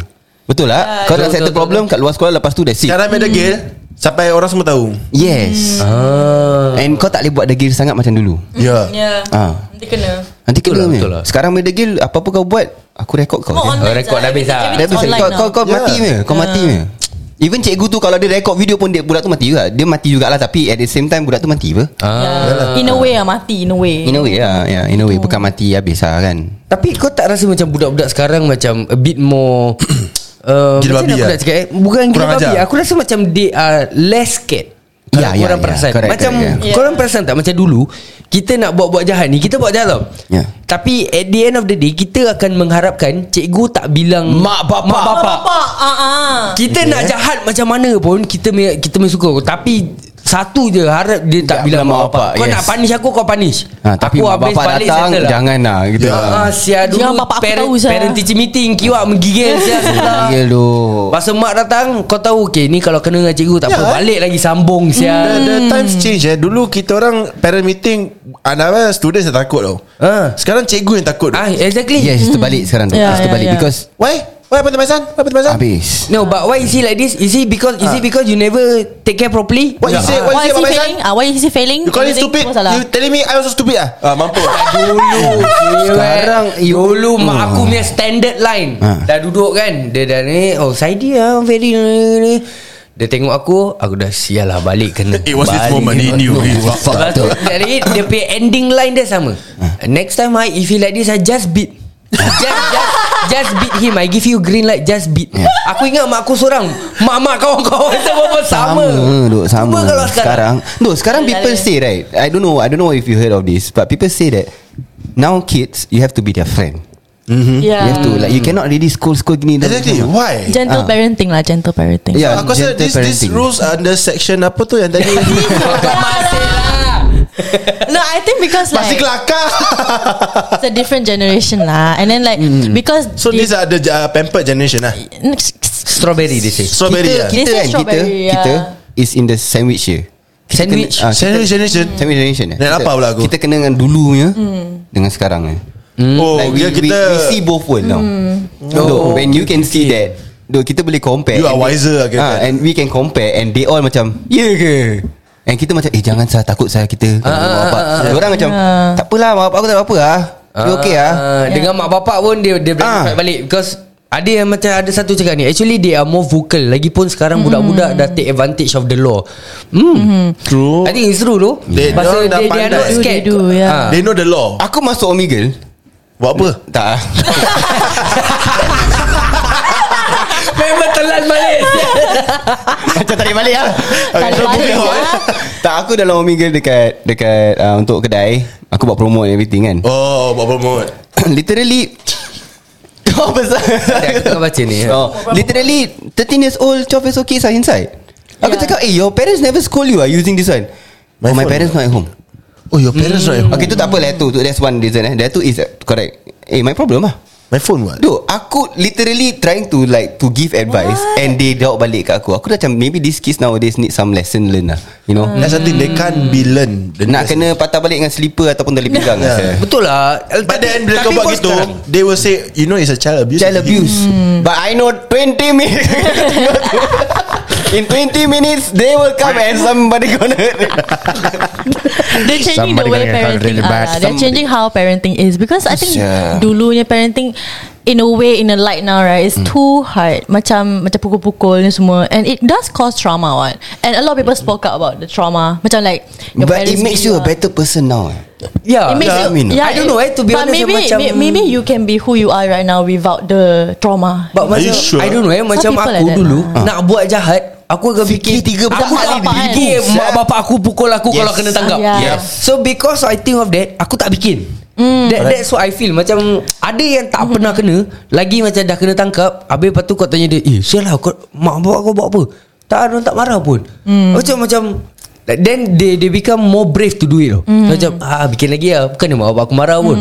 B: Betul lah. Kau
C: Ah, betul,
B: nak settle
C: betul,
B: problem kat luar sekolah lepas tu that's it.
F: Sekarang beda gil Sampai orang semua tahu
B: Hmm. Yes.
C: ah.
B: And kau tak boleh buat degil sangat macam dulu.
F: Ya yeah.
C: Hmm.
D: Ya.
B: Ah.
D: Nanti kena.
B: Nanti
C: Betul
B: kena
C: lah,
B: ni.
C: betul lah.
B: Sekarang main degil apa-apa kau buat, aku rekod kau.
D: Semua
B: je.
D: online
C: record
D: Zah.
C: dah habis dah.
D: Everything is
B: Dah oh, habis
D: online
B: kau
D: lah. now.
B: kau,
D: Ya.
B: kau
C: Ya.
B: mati me. Kau mati me. Even cikgu tu kalau dia rekod video pun dia budak tu mati juga. Dia mati jugalah tapi at the same time budak tu mati apa?
C: Ah.
D: Yeah. In a way lah mati In a way
B: In a way lah yeah, In a way Bukan mati habis lah kan
C: Tapi kau tak rasa macam budak-budak sekarang macam a bit more uh,
F: Gila
C: macam
F: babi lah.
C: mana
B: ah.
C: aku nak cakap eh? Bukan gila
F: Kurang
C: babi.
F: ajar.
C: Aku rasa macam they are less scared. Kalau
B: Ya, ya,
C: korang
B: ya.
C: perasan
B: Correct,
C: Macam
B: correct,
D: ya.
C: Korang perasan tak Macam dulu Kita nak buat-buat jahat ni Kita buat jahat tau
B: Ya.
C: Tapi at the end of the day Kita akan mengharapkan Cikgu tak bilang Mak bapak Mak bapak
D: Bapak ah, ah.
C: Kita okay. nak jahat macam mana pun Kita me- kita me suka Tapi Satu je harap Dia tak
B: Tak
C: bilang mak
B: bilang mak
C: bapak
B: bapak,
C: Kau
B: yes.
C: nak punish aku Kau punish
B: ha, Tapi
C: Aku
B: mak
C: habis
B: bapak
C: balik
B: datang
C: settle lah.
B: Jangan lah gitu
F: Ya.
B: lah.
C: Ah, sia dulu
D: Jangan bapak aku
C: parent,
D: tahu, Zah.
C: parent teacher meeting Kiwak menggigil sia sekolah.
B: Degil tu
C: Masa mak datang Kau tahu okay, Ni kalau kena dengan cikgu Tak
F: Ya.
C: apa Balik lagi sambung
F: The,
C: sia
F: the times change eh Dulu kita orang Parent meeting Anak-anak students yang takut tau
C: Ah.
F: Sekarang cikgu yang takut
C: Ah,
F: tau.
C: Exactly
B: Yes terbalik sekarang tu
D: Ya,
B: yeah, It's
D: ya,
B: terbalik
D: ya.
B: yeah, Because
F: Why? Why happened to my son? What happened to my son?
B: Habis
C: No but why is he like this Is he because Is it because you never Take care properly
F: Ah.
C: Ya.
F: What you say? What
D: Why
F: you say
D: is he
F: about my son?
D: failing? Ah, why is he failing?
F: You call him
D: Everything
F: stupid?
D: semua salah.
F: You telling me I also stupid ah? Ah, mampu
C: Dulu
B: Sekarang,
C: Eh,
B: Oh.
C: Dulu mak
F: Hmm.
C: aku punya standard line
B: Ah.
F: Ha.
C: Dah duduk kan Dia dah ni Oh Saidi lah Very Dia tengok aku Aku dah sial lah balik kena
F: It was this
C: Balik
F: moment He
C: kena.
F: knew he
C: Fuck
F: fucked up
C: Lepas tu Dari Dia punya ending line dia sama Next time I If you like this I just beat Just just Just beat him I give you green light Just beat
B: Yeah.
C: Aku ingat mak aku seorang Mak-mak kawan-kawan Semua pun sama
B: duk, Sama
C: Cuba kalau sekarang,
B: sekarang Duk sekarang people say right I don't know I don't know if you heard of this But people say that Now kids You have to be their friend
D: Yeah.
B: You have Hmm? to like You
C: Hmm.
B: cannot really scold-scold gini dah-
F: Exactly
B: dah-
F: Why? Ah,
D: Gentle
B: Ah.
D: parenting lah Gentle parenting
B: Yeah,
F: Aku rasa
B: gentle
F: this, this
B: parenting.
F: rules under section apa tu yang tadi
C: Kau masih lah
D: No I think because
F: Masih
D: like
F: kelakar
D: It's a different generation lah And then like
B: Hmm.
D: Because
F: So
D: they-
F: these are the uh, pampered generation lah
C: Strawberry dia say
F: Strawberry lah
D: They
B: Kita, kita
D: say
B: kan Kita
D: strawberry, yeah.
B: Kita Is in the sandwich here Kita
C: Sandwich?
B: kena- ah, kita-
F: Sandwich generation
B: Sandwich generation eh?
F: Dan
B: Kita-
F: Hmm. apa pula aku?
B: Kita kena dengan dulunya
C: Hmm.
B: Dengan sekarang eh.
F: Oh
B: like we,
F: kita
B: we,
F: kita Hmm. Oh,
B: we see both world now Though, When you can see that Though kita boleh compare
F: You are
B: and we-
F: wiser lah kira-kira.
B: ah, And we can compare And they all macam Ya ke And kita macam Eh jangan saya takut saya kita kena dengan mak bapak Orang macam
F: Ya.
B: Tak apalah mak bapak aku tak apa-apa lah You okay lah
C: Ah, Dengan mak bapak pun Dia dia
B: Ah.
C: berani fight balik Because ada yang macam ada satu cakap ni Actually they are more vocal Lagipun sekarang budak-budak Dah take advantage of the law Hmm
F: True
C: I think it's true tu
F: They-
C: Pasal
F: dia orang dah
C: they, they are
F: pandai.
C: not scared
D: They do, yeah.
C: Ah.
F: They know the law
B: Aku masuk Omegle
F: Buat apa?
B: Tak ah.
C: Memang telan balik
B: Macam tarik balik lah
D: Tarik
B: So,
D: balik
B: boleh
D: lah.
B: on. ah. Tak aku dalam Omegle dekat Dekat ah, untuk kedai Aku buat promo and everything kan
F: Oh buat promote
B: Literally Oh besar
C: aku tengah baca ni.
B: oh, Literally 13 years old 12 years old kids are inside Aku
D: Yeah.
B: cakap Eh your parents never scold you are using this one
F: My
B: My, oh, my
F: phone.
B: parents not at home
F: Oh your parents right
B: Okay tu tak apa lah tu tu- That's one reason eh That tu is uh, correct Eh my problem lah
F: My phone what?
B: Dude aku literally trying to like To give advice What? And they doubt balik kat aku Aku dah macam Maybe these kids nowadays Need some lesson learn lah You know
F: That's something they can't be learned The next-
B: Nak kena patah balik dengan slipper Ataupun tali pinggang
F: Yeah.
B: yeah.
C: Betul lah
F: But then bila kau
C: pun
F: buat gitu
C: sekarang-
F: They will say You know it's a child abuse
B: Child abuse
D: Hmm.
B: mm. But I know 20 minutes In 20 minutes They will come and somebody gonna
D: They're changing the
F: Somebody
D: way
F: gonna get
D: parenting
F: really
D: are
F: bad.
D: lah. They're
B: Somebody-
D: changing how parenting is Because I think
B: Yeah.
D: Dulunya parenting In a way In a light now right
F: Mm.
D: It's too hard Macam Macam pukul-pukul ni semua And it does cause trauma what And a lot of people spoke out About the trauma Macam like your
B: But it
D: parents
B: makes
D: beat
B: you a better person now eh.
C: Yeah
D: It makes you,
B: Yeah, I mean,
D: yeah,
C: Ya. I don't know eh To be
D: but
C: honest
D: maybe,
C: macam
D: may- maybe you can be who you are right now without the trauma.
C: But
F: Are you
C: macam
F: sure?
C: I don't know eh
D: Some
C: Macam
D: people
C: aku
D: like that
C: dulu
D: lah.
C: Nak buat jahat Aku akan fikir
B: Fikir tiga
C: Aku
D: budak
C: tak
D: apa, kan?
C: fikir Mak bapak aku pukul aku yes. Kalau kena tanggap
D: Yeah.
C: yes.
D: Yes. Hmm.
C: So because I think of that Aku tak bikin mm. that, That's what I feel Macam Ada yang tak pernah kena Lagi macam dah kena tangkap Habis lepas tu kau tanya dia Eh sialah kau, Mak bapak kau buat apa Tak orang tak marah pun mm.
D: Hmm.
C: Macam macam like, Then they they become more brave to do it
D: Hmm.
C: mm. Macam ah bikin lagi lah Bukan mak bapak aku marah pun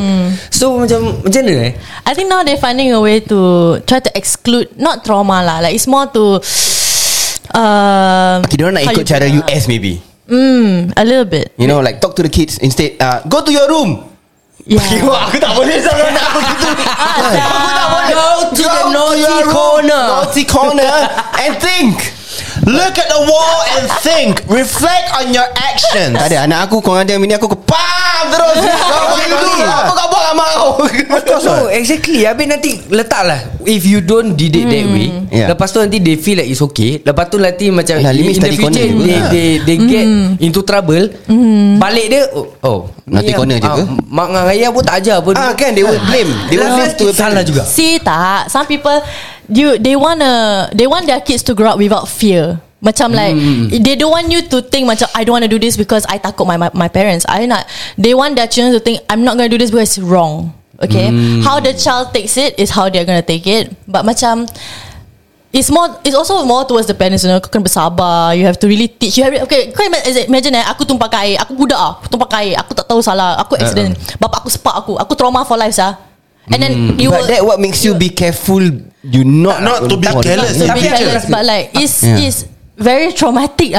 C: So macam Macam mana eh
D: I think now they're finding a way to try to exclude not trauma lah. Like it's more to uh,
B: Okay, diorang nak
D: how
B: ikut
D: you-
B: cara US maybe
D: Mm, a little bit.
B: You know like Talk to the kids Instead uh, Go to your room
D: Yeah.
B: Wah, aku tak boleh Sama nak aku gitu Aku tak boleh
C: Go to the naughty
B: your room,
C: corner.
B: Naughty corner And think
F: Look at the wall and think. Reflect on your actions.
B: Tak ada anak aku Korang ada mini aku Kepam terus Kau boleh dulu Apa kau buat kat mak kau
C: No exactly Habis nanti Letaklah If you don't did it
D: Hmm.
C: that way
B: Yeah.
C: Lepas tu nanti They feel like it's okay Lepas tu nanti macam
B: Alah,
C: In
B: limit
C: the
B: study
C: future
B: corner
C: They,
B: juga.
C: they, they get
D: Hmm.
C: Into trouble Balik dia Oh, oh
B: Nanti
C: ni
B: corner je
C: ah,
B: ke?
C: Mak dengan ayah pun tak ajar pun
B: Ah kan They will blame They will
C: Last
B: blame to
C: year Salah juga
D: See tak Some people you They wanna They want their kids to grow up Without fear Macam like They don't want you to think Macam I don't want to do this Because I takut my, my, my parents I not They want their children to think I'm not going to do this Because it's wrong Okay How the child takes it Is how they're going to take it But macam It's more It's also more towards the parents You know Kau kena bersabar You have to really teach You have Okay kau ima- imagine eh Aku tumpah air Aku budak ah Aku tumpah air Aku tak tahu salah Aku accident Bapak aku sepak aku Aku trauma for life sah And then you
B: But
D: will-
B: that what makes you be careful You not
F: Not to be careless.
D: to
F: Tapi
D: be
F: macam-
D: careless But like It's
B: Yeah.
D: yeah. it's Very traumatic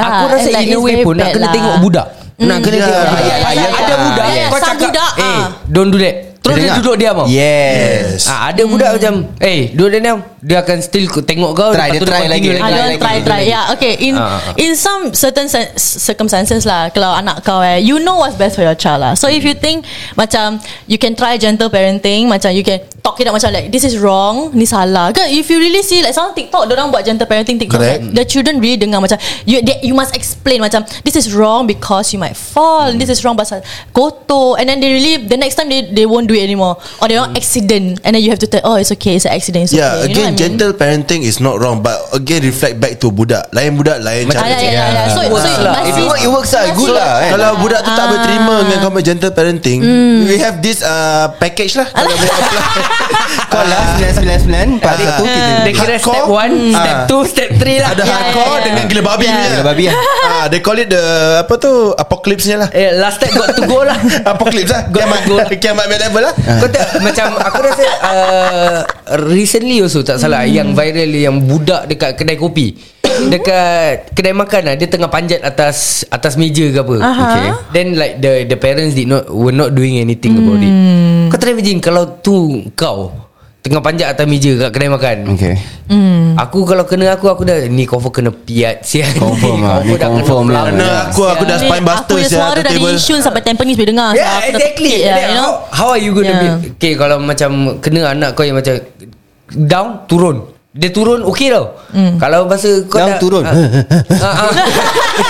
C: Aku
D: lah
C: rasa
D: And, like,
C: in a
D: it's
C: way
D: very
C: pun Nak
D: bad
C: kena
D: lah.
C: tengok budak Nak kena
B: Ya,
F: Yeah.
C: tengok budak.
F: Yeah, yeah,
B: yeah,
C: Ada
B: yeah.
C: budak
D: Yeah,
C: Kau
D: some
C: cakap
D: budak,
C: Eh
D: ah."
C: don't do that Terus dia
B: ya. dengar?
C: duduk diam oh? tau
B: Yes
F: Yes.
C: Ah, ada budak
D: Hmm.
C: macam Eh duduk dia diam Dia akan still Tengok kau
B: Try,
C: lepas
B: dia
C: tu
B: try
C: continue
D: Ah,
B: lagi. Lagi,
D: don't
B: lagi,
D: try,
B: lagi,
D: try.
B: lagi.
D: Yeah, okay. In
C: Ah, ah,
D: in some certain cir- circumstances lah, kalau anak kau eh, you know what's best for your child lah. So if you think macam you can try gentle parenting, macam you can talk it out macam like this is wrong, ni salah. Kan if you really see like some TikTok, orang buat gentle parenting TikTok,
F: Correct.
D: the children really dengar macam you they, you must explain macam this is wrong because you might fall, this is wrong pasal kotor, and then they really the next time they they won't do it anymore or they don't accident, and then you have to tell oh it's okay, it's an accident. It's
F: Yeah, again,
D: okay. You know what I mean?
F: gentle parenting is not wrong, but again, reflect back to budak. Lain budak, lain
D: Ah,
F: cara.
D: yeah, yeah, yeah, yeah. So, so it
C: lah.
D: must
B: If
D: be-
B: it works, it works out.
D: must
B: Good
D: be-
B: lah, kan?
F: Kalau budak tu
D: Ah.
F: tak berterima dengan kau punya gentle parenting,
D: Hmm.
F: we have this uh, package lah. Kalau boleh apply.
B: Call lah 999 Part 1 kita
C: Ah, Dia kira step
F: Hardcore.
C: 1 Step
F: Ah.
C: 2 Step 3 lah
F: Ada
D: Yeah,
F: hardcore
D: yeah, yeah.
F: dengan gila babi punya.
B: Gila babi, ah.
F: Ah, they call it the apa tu apocalypse-nya lah.
C: Eh, last step got to go lah
F: Apocalypse lah.
C: Got
F: Kiamat
C: to go
F: kiamat punya level lah.
B: Ah.
C: Kau tak Macam aku rasa uh, Recently also Tak salah
B: Hmm.
C: Yang viral Yang budak dekat kedai kopi Dekat Kedai makan lah Dia tengah panjat atas Atas meja ke apa
D: Aha. Okay.
C: Then like the the parents did not Were not doing anything about it Kau try imagine Kalau tu kau Tengah panjat atas meja Kat kedai makan
F: Ah.
B: Okay
C: Aku kalau kena aku Aku dah Ni confirm kena piat sial.
B: Confirm lah, ni
C: Confirm dah kena pelak
B: confirm lah.
F: Kena
C: sial.
F: aku aku dah spine buster
D: Aku punya
F: sia
D: suara
F: atas
D: dari
F: table.
D: Yishun sampai Tampines boleh dengar
C: Yeah,
D: Aku dah
C: exactly.
D: pekik lah,
C: Yeah,
D: you know?
C: how, how are you going to
D: Yeah.
C: be? Okay, kalau macam kena anak kau yang macam down turun. Dia turun okey tau. Mm.
D: Hmm.
C: Kalau bahasa kau dah,
B: Down turun.
C: Ah,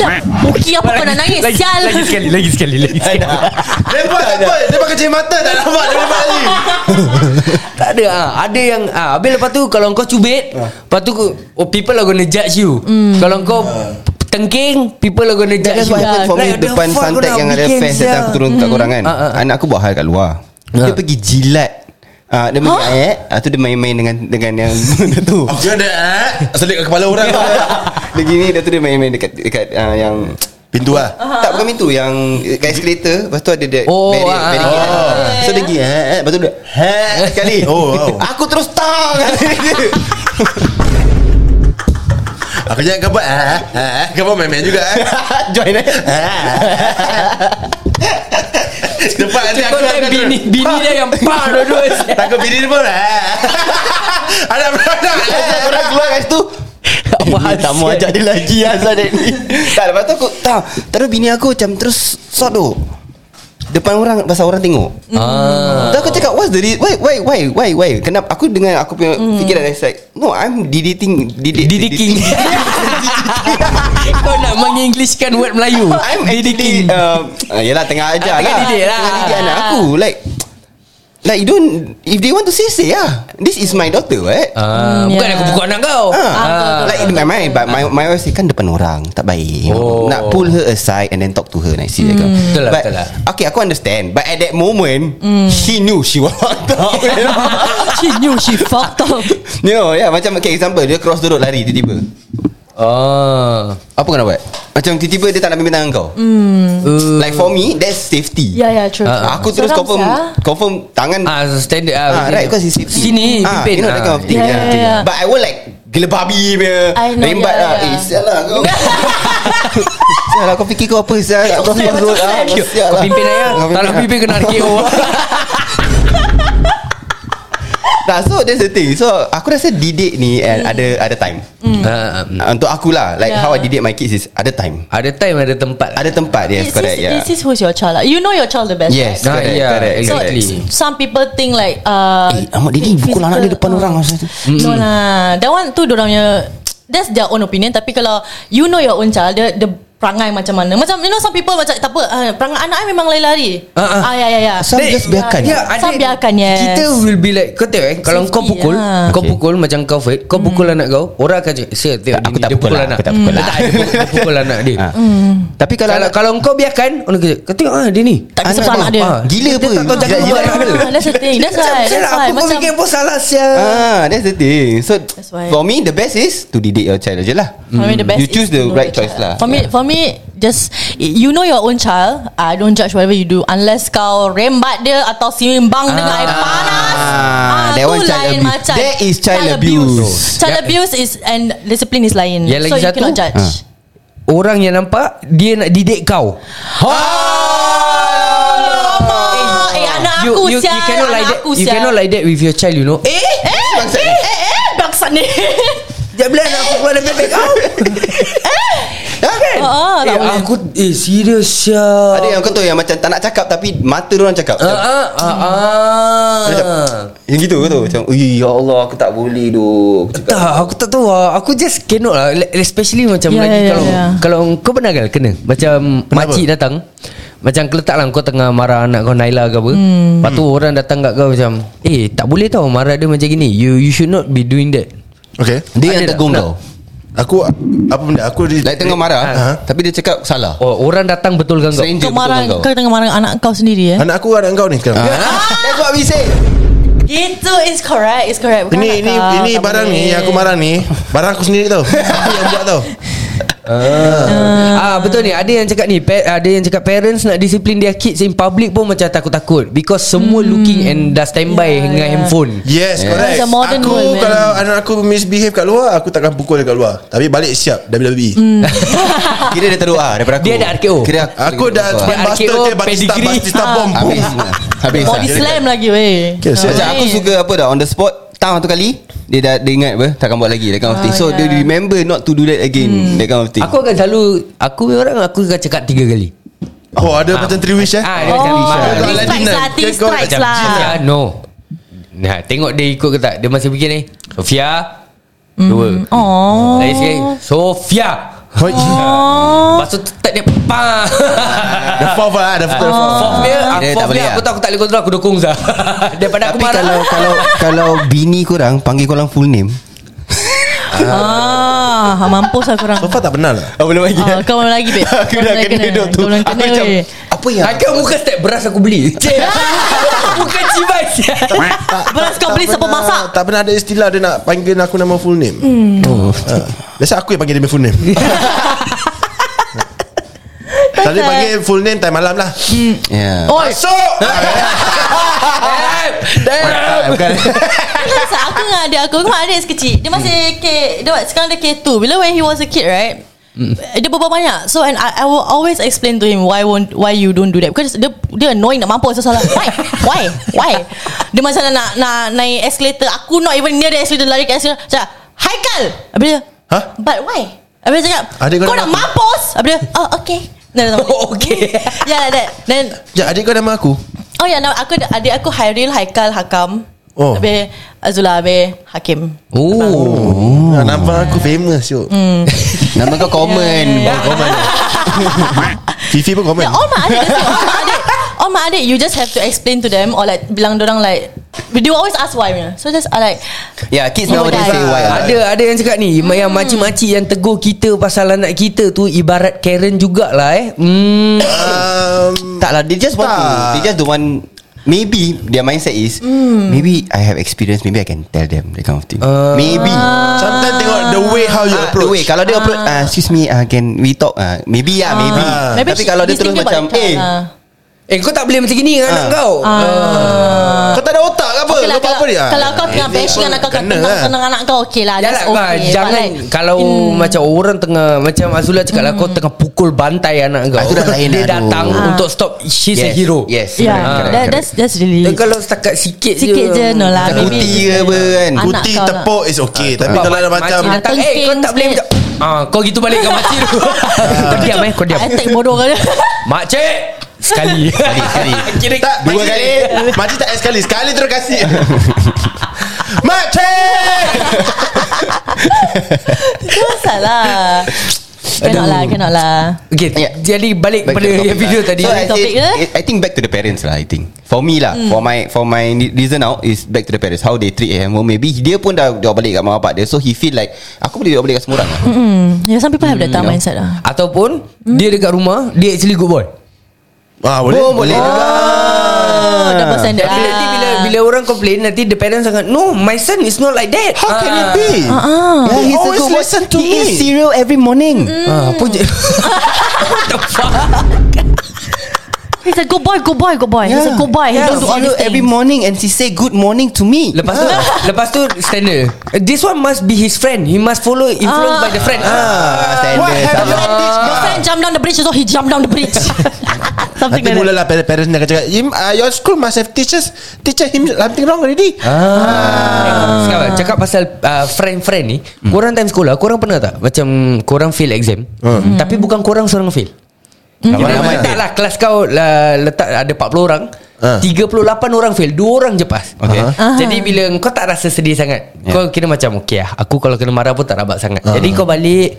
C: ah, ah.
D: Puki apa kau nak nangis
C: lagi,
D: Sial
C: Lagi sekali, lagi sekali, lagi sekali.
F: Dia buat apa? Dia pakai cermin mata tak nampak dia buat lagi.
C: tak ada ah. Ada yang ah habis lepas tu kalau kau cubit,
B: Ah.
C: lepas tu kau- oh, people are going to judge you.
D: Hmm.
C: Kalau kau tengking, people are going to judge
B: That's
C: you.
B: Ah. what happened for me
C: Like, the
B: Depan
C: fuck
B: Suntec
C: korang
B: yang ada
C: bikin,
B: fans That time aku
C: sial?
B: turun kat korang kan
C: Ah, ah, ah.
B: Anak aku buat hal kat luar
C: Ah.
B: Dia pergi jilat Ah, dia main ayat ah, tu dia main-main dengan dengan yang benda tu
F: Aku ada eh. Selit kat kepala orang.
B: Dia gini Dia tu dia main-main dekat dekat ah, yang
C: Uh-huh.
F: Pintu lah.
B: Tak bukan pintu Yang kat escalator Lepas tu ada dia
C: Oh,
B: barrier,
C: ah,
B: barrier.
F: oh.
B: So dia pergi eh, eh, Lepas tu dia eh, Sekali
F: Oh, wow.
B: Aku terus tang
F: Aku jangan kau buat eh. eh. Kau buat main-main juga eh.
B: Join eh
F: Depan nanti aku
C: Kau
F: akan
C: tak bini Bini dia yang Pah dua-dua sial.
F: Takut bini dia pun eh. Ada beranak
B: Lepas
F: eh.
B: tu Orang keluar kat situ
C: Apa
B: Ini
C: hal
B: tak mau
C: sial?
B: ajak dia lagi Azan ni Tak lepas tu aku Tak Terus bini aku macam Terus sot tu Depan orang Pasal orang tengok
C: Ah.
B: Tu aku cakap What's the reason Why why why why why Kenapa aku dengan Aku punya
C: Hmm.
B: fikiran It's like No I'm diditing Didid
C: Didiking Kau nak mengenglishkan word Melayu
B: I'm actually um, uh, Yelah tengah
C: Ah,
B: ajar
C: tengah
B: lah
C: didik lah.
B: Tengah didik anak aku Like Like you don't If they want to say Say lah This is my daughter right
C: Ah,
B: uh,
C: Bukan
D: yeah.
C: aku pukul anak kau
D: Ah,
B: Like in my mind But my, my wife say Kan depan orang Tak baik
C: Oh.
B: Nak pull her aside And then talk to her Like see mm.
C: Betul lah,
B: but,
C: betul lah. Hmm.
B: Okay aku understand But at that moment She knew She was fucked up you know?
D: she knew she fucked up.
B: You know yeah, Macam okay example Dia cross the road lari Tiba-tiba
C: Oh
B: Apa kau nak buat Macam tiba-tiba Dia tak nak ambil tangan kau
C: Uh,
B: Like for me That's safety
D: Yeah, yeah, true.
C: Ah,
B: Aku terus
D: Seram
B: confirm
D: sah.
B: Confirm Tangan
C: Ah standard ah.
B: Ah, right because it's safety.
C: Sini
B: ah,
C: pimpin. ya,
B: You know that kind of thing
D: Yeah,
B: yeah,
D: yeah, yeah.
B: But I won't like Gila babi punya
D: I know, ya,
B: Rembat
D: yeah,
B: lah
D: yeah.
B: Eh sial lah kau Sial lah kau fikir kau apa sial Nak cross
D: Sial,
B: the road
D: macam
B: ah,
D: sial.
B: Sial
C: Kau
B: lah Ah.
C: pimpin ayah Tak
B: Kau
C: nak
B: pimpin
C: pimpin kena RKO
B: Nah so that's the thing So aku rasa didik ni eh,
D: Hmm.
B: Ada ada time
C: Ah, mm.
B: Ah, Untuk akulah Like
D: Yeah.
B: how I didik my kids is Ada time
C: Ada time ada tempat
B: Ada tempat yes
D: This
B: correct
D: is,
B: yeah
D: this is who's your child lah. You know your child the best.
B: Yes
C: Ah,
B: correct
C: yeah,
B: correct
D: Right? So
B: correct.
C: exactly.
D: some people think like uh,
B: Eh amat Didi pukul anak dia depan
D: physical-
B: orang masa tu
D: No lah That one tu Diorang punya That's their own opinion Tapi kalau You know your own child The, the perangai macam mana Macam you know some people Macam tak apa uh, Perangai anak I memang lari-lari
C: Ah, ah.
D: Ah ya ya ya
B: Some
C: Dek,
B: just biarkan
C: Ya, ada-
D: Some biarkan, yes.
C: Kita will be like Kau tahu eh Kalau
D: Safety, Hmm.
C: kau pukul
D: ah.
C: Kau pukul macam kau Fahid Kau pukul anak kau Orang akan cakap Sia tengok
B: Tak, aku
C: dia-
B: tak
C: dia
B: pukul lah,
C: anak Hmm.
B: aku tak pukul lah.
C: Tak, dia pukul- dia pukul anak dia
B: Ah.
D: Hmm.
B: Tapi kalau
C: Kalau
B: anak-
C: kalau kau biarkan Orang kata Kau tengok ah dia ni Ah,
D: Tak kisah pasal
B: Anak
D: anak dia
B: dia. Gila apa?
C: Tak tahu jaga buat
B: Gila-
C: anak
B: gila-
D: Ah,
C: dia
D: That's the thing That's
C: Macam-
D: why
C: macam
D: That's
C: mana
D: why
C: Aku pun fikir
D: Macam
C: pun salah sia
B: Ah, that's the thing. So
D: That's why.
B: for me the best is to didik your child je lah.
D: For me the best
B: You choose
D: is to
B: the
D: know
B: right
D: your
B: choice lah.
D: child. For me For me Just You know your own child I Don't judge whatever you do Unless kau Rembat dia Atau simbang dengan air panas
B: Ah,
D: Ah,
B: that
D: tu
B: one child
D: lain
B: abuse.
D: macam.
B: That is child abuse.
D: Child
C: Yeah.
D: abuse is And discipline is lain
C: Yang
D: So
C: lagi
D: you
C: satu?
D: cannot judge
B: Ah.
C: Orang yang nampak Dia nak didik kau
B: Ha!
D: Alamak. Eh, anak
C: You,
D: aku
C: you,
D: sial.
C: you cannot like
D: anak
C: that
D: aku
C: You
D: sial.
C: cannot like that With your child you know Eh
D: Eh, eh, eh, eh, eh, bangsat ni.
B: Eh,
C: Dia bilang aku keluar dari bebek kau Dah kan
D: Ah,
C: Eh
D: tak boleh.
C: aku Eh serius sia
B: Ada yang kau tahu yang macam tak nak cakap tapi mata dia orang cakap.
C: Ah
B: Macam-
C: ah ah ah.
B: Yang gitu kau tahu macam "Ui, ya Allah aku tak boleh doh. Aku cakap.
C: Tak, aku tak tahu lah. Aku just cannot lah Like, Especially macam
D: Ya,
C: yeah, lagi
D: ya,
C: yeah, kalau
D: ya.
C: yeah. Kalau kau pernah kan kena Macam makcik datang Macam kau letak lah Kau tengah marah anak kau Naila ke apa hmm. Lepas tu orang datang kat kau macam Eh tak boleh tau marah dia macam gini You you should not be doing that
F: Okay
B: Dia
C: Ada
B: yang
C: tak?
B: tegung
C: Tak.
B: kau.
F: Aku Apa benda Aku di,
B: Like tengah marah
F: Ah.
B: tapi dia cakap salah.
C: oh, Orang datang betulkan kau
B: Stranger
D: Kau
B: betul
D: marah,
B: kau.
D: kau tengah marah anak kau sendiri eh.
F: Anak aku anak kau ni sekarang
B: Ah, That's what we say.
D: Gitu, it's correct, it's correct. Bukan
F: Ini
D: anak
F: ini
D: kau,
F: ini
D: tak
F: barang
D: boleh.
F: ni yang aku marah ni barang aku sendiri tau. aku yang buat tau.
C: Ah betul ni ada yang cakap ni pa- ada yang cakap parents nak disiplin their kids in public pun macam takut-takut because semua looking and dah standby
D: Yeah,
C: yeah, dengan
D: yeah.
C: yeah. handphone.
F: Yes, correct.
D: It's a modern
F: aku
D: world, man.
F: kalau anak aku misbehave kat luar, aku takkan pukul dia kat luar. Tapi balik siap E. WWE.
D: Hmm.
B: Kira dia teruk ah daripada aku.
C: Dia ada RKO.
B: Kira aku,
F: Aku dah
B: teruk ah.
C: Dia
F: Buster
C: RKO,
F: dia Batista
C: pedigree.
F: Batista
D: Ah.
F: bomb.
B: habis. lah. Habis.
D: Body
B: lah.
D: slam lagi weh. Oh,
F: Okay, siap.
B: Macam aku
D: Right.
B: suka apa dah On the spot Tang satu kali Dia dah dia ingat apa Takkan buat lagi That kind of thing So
D: yeah.
B: yeah. they remember Not to do that again hmm. That kind of thing
C: Ah, ya. Aku akan selalu aku punya orang aku akan cakap tiga kali.
F: Oh, ada macam three wish eh.
C: Ah dia macam
D: Oh,
C: marah.
D: three strikes lah, three
F: Kau
D: strikes
C: Macam Sofia
D: lah.
C: Ah, no Nah, tengok dia ikut ke tak Dia masih fikir ni Sofia Dua
D: Oh.
C: Lagi sekali Sofia Lepas tu tetap dia Pah
F: The fourth lah Ada
B: Oh.
F: fourth
C: Fourth dia
B: Dia tak
C: Fourth Ah.
B: boleh
C: dia
B: lah.
C: Aku tahu aku tak boleh kontrol Aku dukung Zah Daripada aku
B: Tapi
C: marah
B: kalau Kalau kalau bini korang Panggil korang full name
D: Ah, mampus lah korang.
F: So far tak pernah lah
B: Oh belum lagi
D: Ah, kau belum lagi, babe.
B: Aku
D: Kau
B: dah
D: belum
B: kena, duduk tu
D: Kau belum
B: Aku
D: kena, eh."
B: macam
D: weh.
B: Apa yang
C: Harga muka step beras aku beli Cik Bukan cibai
D: Beras kau beli siapa masak? Hmm.
F: Tak pernah ada istilah Dia nak panggil aku nama full name Ah. Biasa aku yang panggil dia punya full name Tadi panggil full name Time malam lah
B: yeah.
D: Hmm. Oi,
F: So
B: Ha?
C: Damn
B: Bukan
D: Yes, Kan aku dengan adik aku Aku dengan adik sekecil Dia masih
F: Hmm.
D: K dia, Sekarang dia K2 Bila when he was a kid right
F: Hmm.
D: Dia berbual banyak So and I, I will always explain to him Why won't Why you don't do that Because dia, dia annoying nak mampus So salah Why Why Why Dia macam nak, nak, nak Naik escalator Aku not even near the escalator Lari ke escalator Macam Haikal Habis dia
F: Huh?
D: But why Habis dia cakap
F: Adik kau
D: Kau
F: nak
D: nak mampus Habis dia Oh okay Then dia tak boleh.
C: Okay.
D: Yeah like that Then
F: Sekejap adik kau nama aku
D: Oh ya yeah, aku ada adik aku Hairil Haikal Hakam
F: Oh.
D: Habis Azula Habis Hakim
C: Oh
F: Ah, Nama aku famous yo.
B: Hmm. Nama kau
D: Ya,
B: common
F: Fifi pun komen
B: Ya, oh
D: oh, Yeah, all my adik all my adik all Kalau mak adik You just have to explain to them Or like Bilang dorang like They will always ask why punya. So just I like
B: Yeah Ya, kids
D: Oh,
B: nowadays
D: dah.
B: say why lah.
C: Ada ada yang cakap ni hmm. Yang makcik-makcik yang tegur kita Pasal anak kita tu Ibarat Karen jugalah eh Hmm
F: Um,
B: Tak lah They just want to
F: Tak.
B: They just don't want Maybe Their mindset is
D: Hmm.
B: Maybe I have experience Maybe I can tell them That kind of thing
D: Uh.
B: Maybe
F: sometimes tengok the way how you
B: Ah, the
F: approach.
B: way, Kalau dia approach ah, Excuse me ah, Can we talk ah, Maybe lah maybe.
F: Ah,
D: maybe
B: Tapi
D: she-
B: kalau dia
D: he's
B: terus
D: thinking
B: macam
D: about the
B: Eh
D: child, ah.
C: Eh kau tak boleh macam gini Dengan
B: Ah.
C: anak kau Ah.
F: Kau tak ada otak ke apa?
D: Okay lah,
F: Kau buat apa
D: kalau,
F: dia?
D: kalau kau tengah
F: Eh,
D: bashing anak kau Kau
F: kena
D: tenang
F: lah.
D: tenang anak kau Okay lah
C: Jalan
D: that's
C: okay, Ya bah,
D: okay.
C: Jangan
D: But like- Hmm.
C: Kalau macam orang tengah Macam Azula cakap lah Kau tengah pukul bantai anak kau
B: Ah, itu dah lain,
C: Dia
B: aduh.
C: datang
B: Ah.
C: Untuk stop She's a hero
B: Yes
D: Yeah
B: correct, correct,
D: that,
B: correct.
D: That's that's really
C: Dan kalau setakat sikit,
D: Sikit je no lah
B: Macam
D: maybe- Ah,
B: kuti ke apa kan?
D: Anak
F: Putih
D: kau nak.
F: tepuk is okay Tapi kalau ada Ah, macam
C: Makcik datang, Eh kau tak boleh
D: sikit.
C: macam Ah, kau gitu balik ke makcik tu Kau diam eh Kau diam
D: Attack bodoh kau dia
C: Makcik Sekali Sekali,
B: sekali.
C: Kira
F: Tak Dua
C: makcik-
F: kali Makcik tak sekali Sekali terus kasih Makcik
D: Salah lah. Cannot lah Cannot lah
C: Okay
B: Ya.
C: Jadi balik
B: Back
C: pada
B: to the
C: yang
B: topic
C: video
B: lah.
C: tadi
B: So I,
D: Topic
B: think,
D: ke?
B: I think back to the parents lah I think For me lah For my for my ni- reason now Is back to the parents How they treat him Maybe dia pun dah Jawab balik kat mak bapak dia So he feel like Aku boleh jawab balik kat semua orang lah.
D: Hmm, Yeah some people have that
B: you
D: type
B: know.
D: mindset lah
C: Ataupun Dia dekat rumah Dia actually good boy
F: Ah, boleh?
B: Oh, boleh Ah. juga.
D: Oh double standard
C: Tapi nanti bila
D: lah
C: bila orang complain Nanti the parents akan No my son is not like that
F: How can it
C: Ah.
F: be?
D: Ah,
B: Yeah, he's
F: always
B: a good boy.
F: listen to
B: he
F: me.
B: eats cereal every morning.
C: Ah, Apa je What the fuck
D: He's a good boy Good boy Good boy He's a good boy He
B: Yeah,
D: don't do all
B: cereal
D: these
B: every
D: things
B: morning and she say good morning to me. Ah.
C: Lepas tu kan? Lepas tu standard This one must be his friend He must follow Influenced
D: Ah.
C: by the friend
B: Ah, standard.
F: What have
B: salah.
F: you teach
D: Your friend jump down the bridge So he jump down the bridge
F: Nanti
D: Something like
F: mula lah
D: that
F: parents parents dia akan cakap him, uh, Your school must have teachers Teacher him something wrong already
C: Ah. Sekarang cakap pasal uh, friend-friend ni, hmm. korang time sekolah, korang pernah tak macam korang fail exam, hmm. tapi bukan korang seorang fail.
B: Ramai-ramai.
C: Ramai tak lah kelas kau lah, letak ada 40 orang.
F: Ah.
C: 38 orang fail Dua orang je pass okay.
D: Ah.
C: Jadi bila kau tak rasa sedih sangat
B: Yeah.
C: Kau kira macam Okay lah Aku kalau kena marah pun tak rabak sangat Jadi kau balik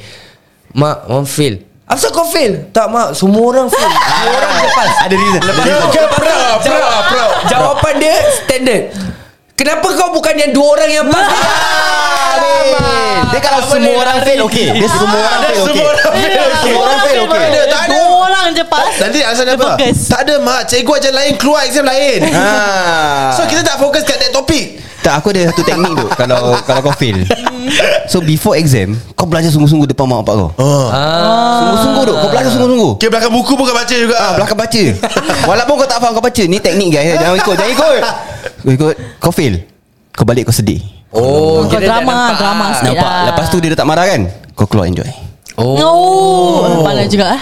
C: Mak Mak fail Asal kau fail? Tak mak Semua orang fail
F: Ah,
C: Dua orang je pass
B: Ada reason.
C: Lepas tu
F: Dia proud, proud, proud.
C: Jawapan dia standard Kenapa kau bukan yang dua orang yang pass
B: Fail. Ah, Dia kalau semua orang fail okay. Dia semua orang
F: Ada
B: fail okay.
F: semua orang fail okay.
B: Semua orang fail okay.
F: Ada, tak ada
D: Dua orang je pass
F: Nanti asal dia apa
D: Fokus.
F: Tak ada mak Cikgu ajar lain Keluar exam lain
B: Ah.
F: So kita tak fokus kat that topic
B: Tak aku ada satu teknik tu Kalau kalau kau fail So before exam Kau belajar sungguh-sungguh Depan mak bapak kau Ah.
F: oh.
B: Sungguh-sungguh tu Kau belajar sungguh-sungguh
F: Okay belakang buku pun kau baca juga ah,
B: Belakang baca Walaupun kau tak faham kau baca Ni teknik guys Jangan ikut Jangan ikut Kau ikut Kau fail Kau balik kau sedih
C: Oh,
D: Kau
C: kira dia
D: drama,
C: nampak.
D: drama sikit.
B: Nampak
C: lah.
D: Yelah.
B: Lepas tu dia dah tak marah kan Kau keluar enjoy
C: Oh.
D: Oh Kepala juga eh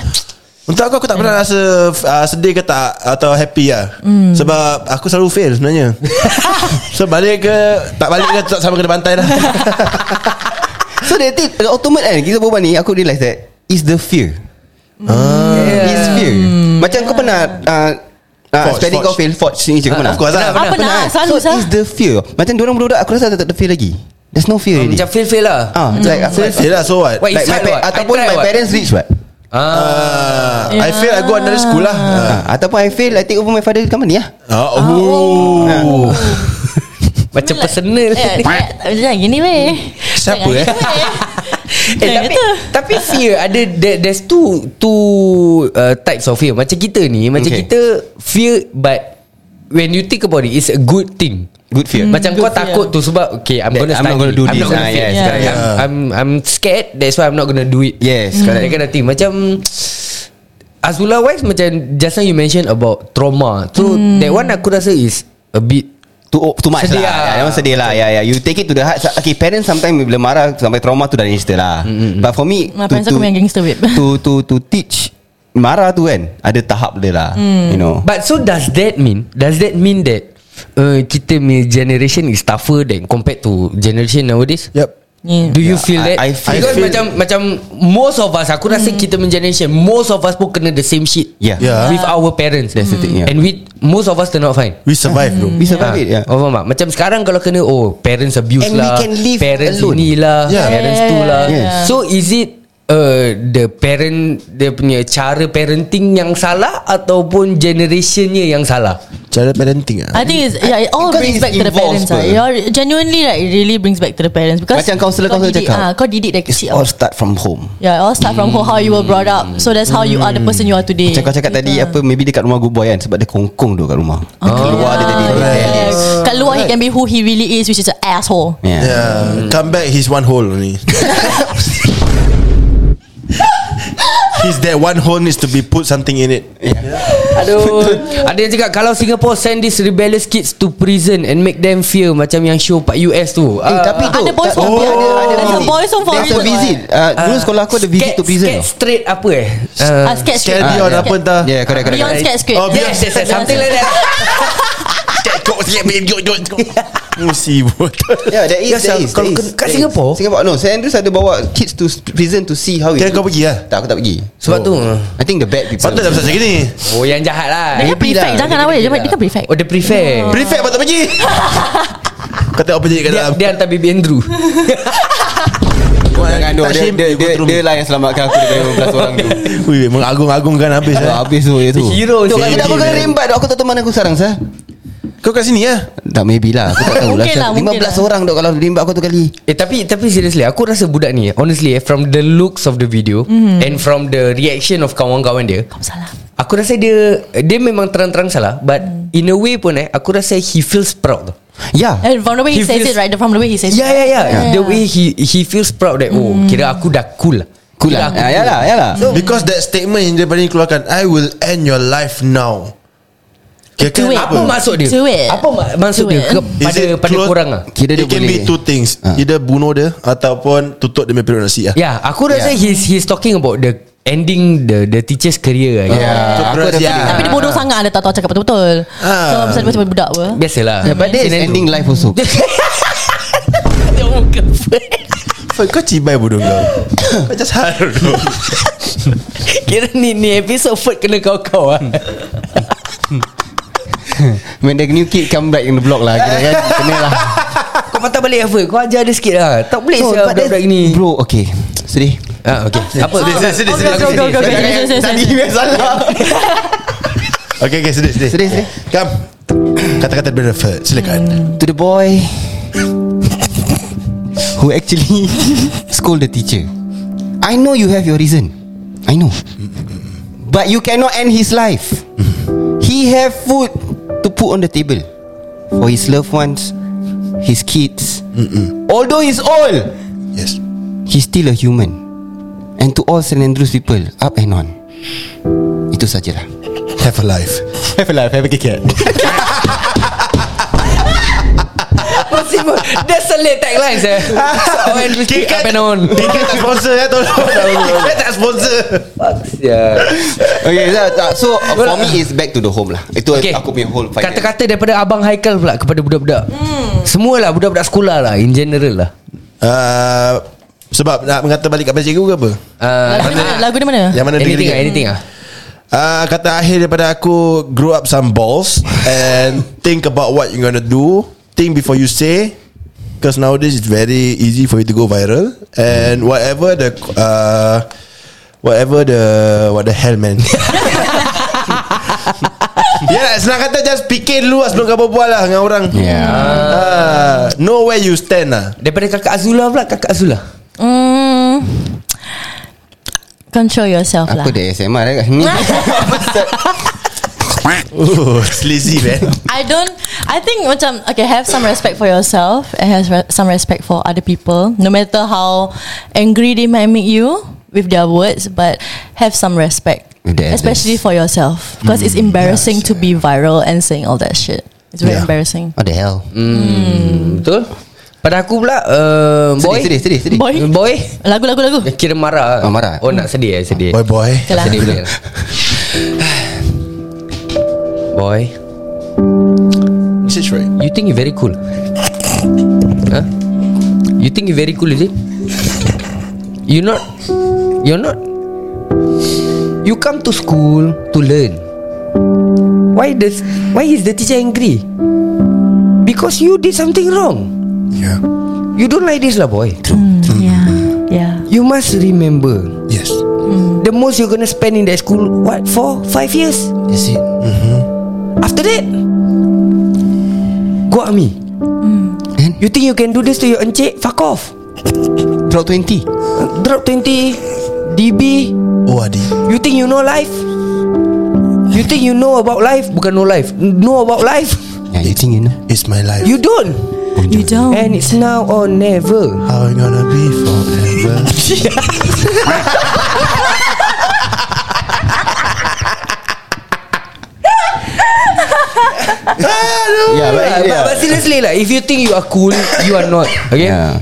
F: Untuk aku aku tak
B: Hmm.
F: pernah rasa uh, sedih ke tak atau happy lah. Mm. Sebab aku selalu fail sebenarnya. so balik ke tak balik ke tak sama kena bantai lah.
B: So the thing the ultimate kan Kita berbual ni Aku realise that Is the fear
C: Yeah. Hmm.
B: Is fear Macam kau pernah uh, Uh,
F: Forge,
B: spelling
F: forge.
B: kau fail Forge ni je kau pernah
F: of course lah.
B: Pernah,
D: Ah, pernah,
B: kan?
D: selalu,
B: So
D: sah.
B: is the fear Macam diorang budak-budak Aku rasa tak ada fear lagi There's no fear already
C: Macam fail-fail lah
B: Ah, like, aku,
F: Fail lah so what?
C: Wait.
B: like my
C: It's hard
B: pa-
C: what?
B: Ataupun
C: I try
B: my
C: what?
B: parents rich what
C: Ah.
F: Uh, I fail I go another school lah.
B: Ah, Ataupun I fail I take over my father company lah
F: Uh, oh. oh.
C: Macam personal
D: Eh, eh, Jangan gini weh
F: Siapa, eh?
D: Jangan gini, weh.
C: Eh,
D: Jangan
C: tapi,
D: gitu.
C: tapi fear ada there, there's two two uh, types of fear. Macam kita ni, macam okay.
B: Okay.
C: kita fear but when you think about it it's a good thing.
B: Good fear.
C: Hmm, Macam
D: good
C: kau
D: fear.
C: takut tu sebab okay I'm
B: That
C: gonna
B: I'm not
C: study.
B: gonna do
C: I'm
B: this.
C: Not gonna
B: Ah,
C: fail.
B: yes,
C: Correct.
B: correct.
C: I'm, I'm I'm scared that's why I'm not gonna do it.
B: Yes, correct.
C: correct. That kind of thing. Macam Azula wise macam just now you mention about trauma. So
D: Hmm.
C: that one aku rasa is a bit
B: Too, too much
C: Sedih
B: lah
C: lah.
B: Ya, Memang sedih lah yeah, yeah. You take it to the heart Okay parents sometimes Bila marah Sampai trauma tu dah register lah mm-hmm. But for me
D: My
B: to-
D: parents
B: to-
D: aku yang gangster, babe.
B: To to to teach Marah tu kan Ada tahap dia lah
D: Hmm.
B: You know
C: But so does that mean Does that mean that uh, Kita punya generation is tougher than Compared to generation nowadays
F: Yep.
D: Yeah.
C: Do you
B: Yeah,
C: feel
B: I-
C: that?
B: I feel-
C: Because
F: I feel-
C: macam macam most of us aku rasa
D: Hmm.
C: kita punya generation most of us pun kena the same shit.
B: Yeah.
F: Yeah.
C: With our parents. Mm.
B: That's the thing, yeah.
C: And we most of us turn out fine.
F: We survive bro.
B: We survive it yeah.
C: Yeah. Oh, faham tak? Macam sekarang kalau kena Oh parents abuse
B: And we
C: lah
B: can live
C: Parents
B: alone.
C: ni lah
F: Yeah.
C: Parents tu lah
B: Yeah.
C: So is it uh, the parent dia punya cara parenting yang salah ataupun generationnya yang salah?
F: Cara parenting ah.
D: I think it's yeah, it all
B: Because
D: brings
B: it's
D: back to the
B: involves
D: parents. Ah,
B: apa?
D: It all, genuinely right, it really brings back to the parents because
B: Macam kaunselor-
D: kau
B: kaunselor
D: didik, ah,
B: cakap.
D: kau didik dari
B: It's
D: kecil.
B: all start from home
D: Yeah, it all start from how you were brought up. So that's how you are the person you are today.
B: Hmm. Macam kau cakap tadi
D: Yeah.
B: Apa maybe dekat rumah Good boy kan Sebab dia kongkong tu kat rumah
D: Oh,
B: Dia keluar dia jadi rebellious
D: Yeah. Kat luar he can be who he really is, which is an asshole.
B: Yeah.
F: Yeah, come back. He's one hole only. He's that one hole needs to be put something in it.
C: Aduh. Ada yang cakap kalau Singapore send these rebellious kids to prison and make them fear macam yang show Pak US tu.
B: Eh,
C: Ah,
B: tapi tu
D: Ada boys
B: tak-
D: home,
B: ada-
D: yeah.
B: ada
D: There's a
B: visit.
D: boys home for a
B: There's a
D: reason,
B: visit Ah, Dulu
C: ah,
B: sekolah aku ada visit
C: scared-
B: to prison
C: Scared
B: tau.
C: straight apa eh?
D: Ah,
C: Ah,
D: scared
F: Scared
D: straight.
F: Dion
D: Ah,
F: apa
D: scared.
F: entah.
B: Yeah correct correct
D: Beyond
B: correct.
D: scared straight.
F: Oh,
C: yes, yes, yes, something like that.
F: Musibut.
B: Yeah there is
C: Yes,
F: um,
B: there is,
C: kalau-
B: there is.
C: kat
B: There is.
C: Singapore?
B: Singapore no St Andrews ada bawa kids to s- prison to see how it
F: Kira kau pergi lah?
B: Tak aku tak pergi
C: Sebab tu uh.
B: I think the bad people
F: Patut dah pasal macam ni
C: Oh yang jahat lah
D: Dia kan
B: Maybe
D: prefect,
B: lah.
D: jangan awal. Dia dia kan prefect.
C: Oh dia prefect
F: Prefect patut pergi Kau tengok apa jadi kat
C: dia,
F: dalam
C: dia hantar baby Andrew
B: Jangan no,
F: Tak
B: dia,
F: shame,
B: dia,
F: you go
B: dia,
F: through
B: dia
F: me.
B: lah yang selamatkan aku Daripada 15 orang tu
F: Wih, mengagung-agungkan habis
B: Dah
F: lah.
B: habis tu dia tu
C: Hero
B: Tu
C: sih.
B: Kenapa kau kena rembat tu Aku tak tahu mana aku sekarang sah
F: Kau kat sini ya?
B: Tak maybe lah Aku tak tahu lah
D: Mungkin
B: Syah.
D: lah,
B: 15
D: mungkin lah.
B: orang dok Kalau rembat aku tu kali
C: Eh tapi tapi seriously aku rasa budak ni honestly eh, from the looks of the video
D: Mhm.
C: mm. and from the reaction of kawan-kawan dia
D: Kau salah.
C: aku rasa dia dia memang terang-terang salah but
D: Mhm.
C: mm. in a way pun eh aku rasa he feels proud.
B: Ya
D: And Eh, from the way
C: He
D: he, says
C: feels-
D: it, right? From the way he says
C: Yeah
D: it.
C: yeah yeah, yeah. the way he he feels proud that oh
D: Mhm.
C: kira aku dah cool.
B: Cool
C: Kira
B: lah
C: aku
B: Ah, Ya lah Ya lah
F: Because that statement yang daripada ni keluarkan I will end your life now
D: Do
F: Kira-kira
D: it.
C: Apa maksud dia?
D: Do it.
C: Apa ma- maksud
D: Do
C: dia
D: it.
C: ke, pada pada korang ah?
B: Kira dia
F: It can be
B: boleh-
F: two things
B: Ah.
F: Ha. Either bunuh dia Ataupun tutup dia punya periuk nasi lah
C: Yeah, Ya, aku rasa yeah. he's he's talking about the ending the the teacher's career.
B: Ya
C: Yeah.
B: Aku ada
F: Ya.
D: Tapi dia bodoh sangat Dia tak tahu cakap betul-betul So
F: Ah.
D: pasal dia macam budak apa
C: Biasalah.
B: Yeah, Ya, But this ending
C: lah.
B: life also
F: Fai, Kau cibai bodoh kau Kau just haru
C: Kira ni ni episod food kena kau-kau ah.
B: When the new kid come back in the block lah Kira kan Kena lah
C: Kau patah balik apa? Kau ajar dia sikit lah. Tak boleh no,
B: No, but that's-
C: budak-budak ni.
B: Bro okay Sedih
C: Ah, okay. Apa?
F: Sedih, sedih, sedih.
D: Go, go, go, go.
B: Jangan-
D: Yes, yes, yes,
B: Tadi
D: yes.
B: punya salah
F: Okay okay sedih sedih
B: Sedih, sedih. Hmm.
F: Come Kata-kata benefit Silakan
B: To the boy Who actually Scold the teacher I know you have your reason I know But you cannot end his life He have food To put on the table For his loved ones His kids Although he's old
F: Yes
B: He's still a human And to all St. Andrews people Up and on Itu sajalah
F: Have a life
B: Have a life Have a kid
C: Impossible. That's a late tagline saya. Soalan rezeki
F: Kikat.
C: up and on.
F: Tiket tak sponsor ya Tolong Tiket tak sponsor
C: Yeah.
B: Okay so, so For me it's back to the home lah Itu okay. aku punya whole final
C: Kata-kata daripada Abang Haikal pula kepada budak-budak. Hmm. Semualah budak-budak sekolah lah in general lah.
F: Ah, Sebab nak mengata balik kat cikgu ke apa
C: Uh,
D: Lagu dia mana? Lagu dia mana?
F: Yang mana
C: anything
F: tiga-tiga?
C: ah, anything ah.
F: Ah, kata akhir daripada aku Grow up some balls And think about what you're gonna do Think before you say Because nowadays it's very easy for you to go viral And whatever the uh, Whatever the What the hell man Ya yeah, senang kata Just fikir dulu lah Sebelum kau berbual lah Dengan orang
B: Yeah.
F: Ah, Know where you stand lah
C: Daripada kakak Azula pula kakak Azula.
D: Hmm. Control yourself lah
B: Aku dah SMA dah kat sini
F: Oh, Sleazy man
D: I don't I think macam Okay have some respect for yourself And have re- some respect for other people No matter how Angry they might make you With their words But Have some respect
B: With their
D: Especially
B: others.
D: for yourself Because it's embarrassing To be viral And saying all that shit It's very
F: Yeah.
D: embarrassing
B: What the hell
C: Betul? Pada aku pula uh, boy.
B: Hmm, Sedih sedih sedih, sedih.
D: Boy
C: Boy.
D: Lagu lagu lagu
C: Dia kira marah.
B: Ah, marah.
C: Oh nak sedih eh sedih.
F: Boy boy
D: Okay lah
C: Sedih pula. Boy,
F: Message right
C: you think you very cool? Huh? You think you very cool is it? You not You're not You come to school to learn Why does Why is the teacher angry? Because you did something wrong
F: Yeah Mm.
C: You don't like this lah boy
D: Yeah Yeah
C: You must remember
F: Yes
C: The most you're gonna spend in that school What for? Five years?
B: That's it
C: After that Go army
B: Then?
C: You think you can do this to your encik? Fuck off
B: Drop 20
C: Drop 20 DB
F: OAD
C: You think you know life? You think you know about life? Bukan know life Know about life?
B: Yeah you think you know
F: It's my life
C: You don't
D: You don't
C: And it's now or never
F: How you gonna be forever
B: Yeah but,
C: Yeah,
B: yeah.
C: Ah, but, but seriously lah If you think you are cool You are not Okay
B: Yeah.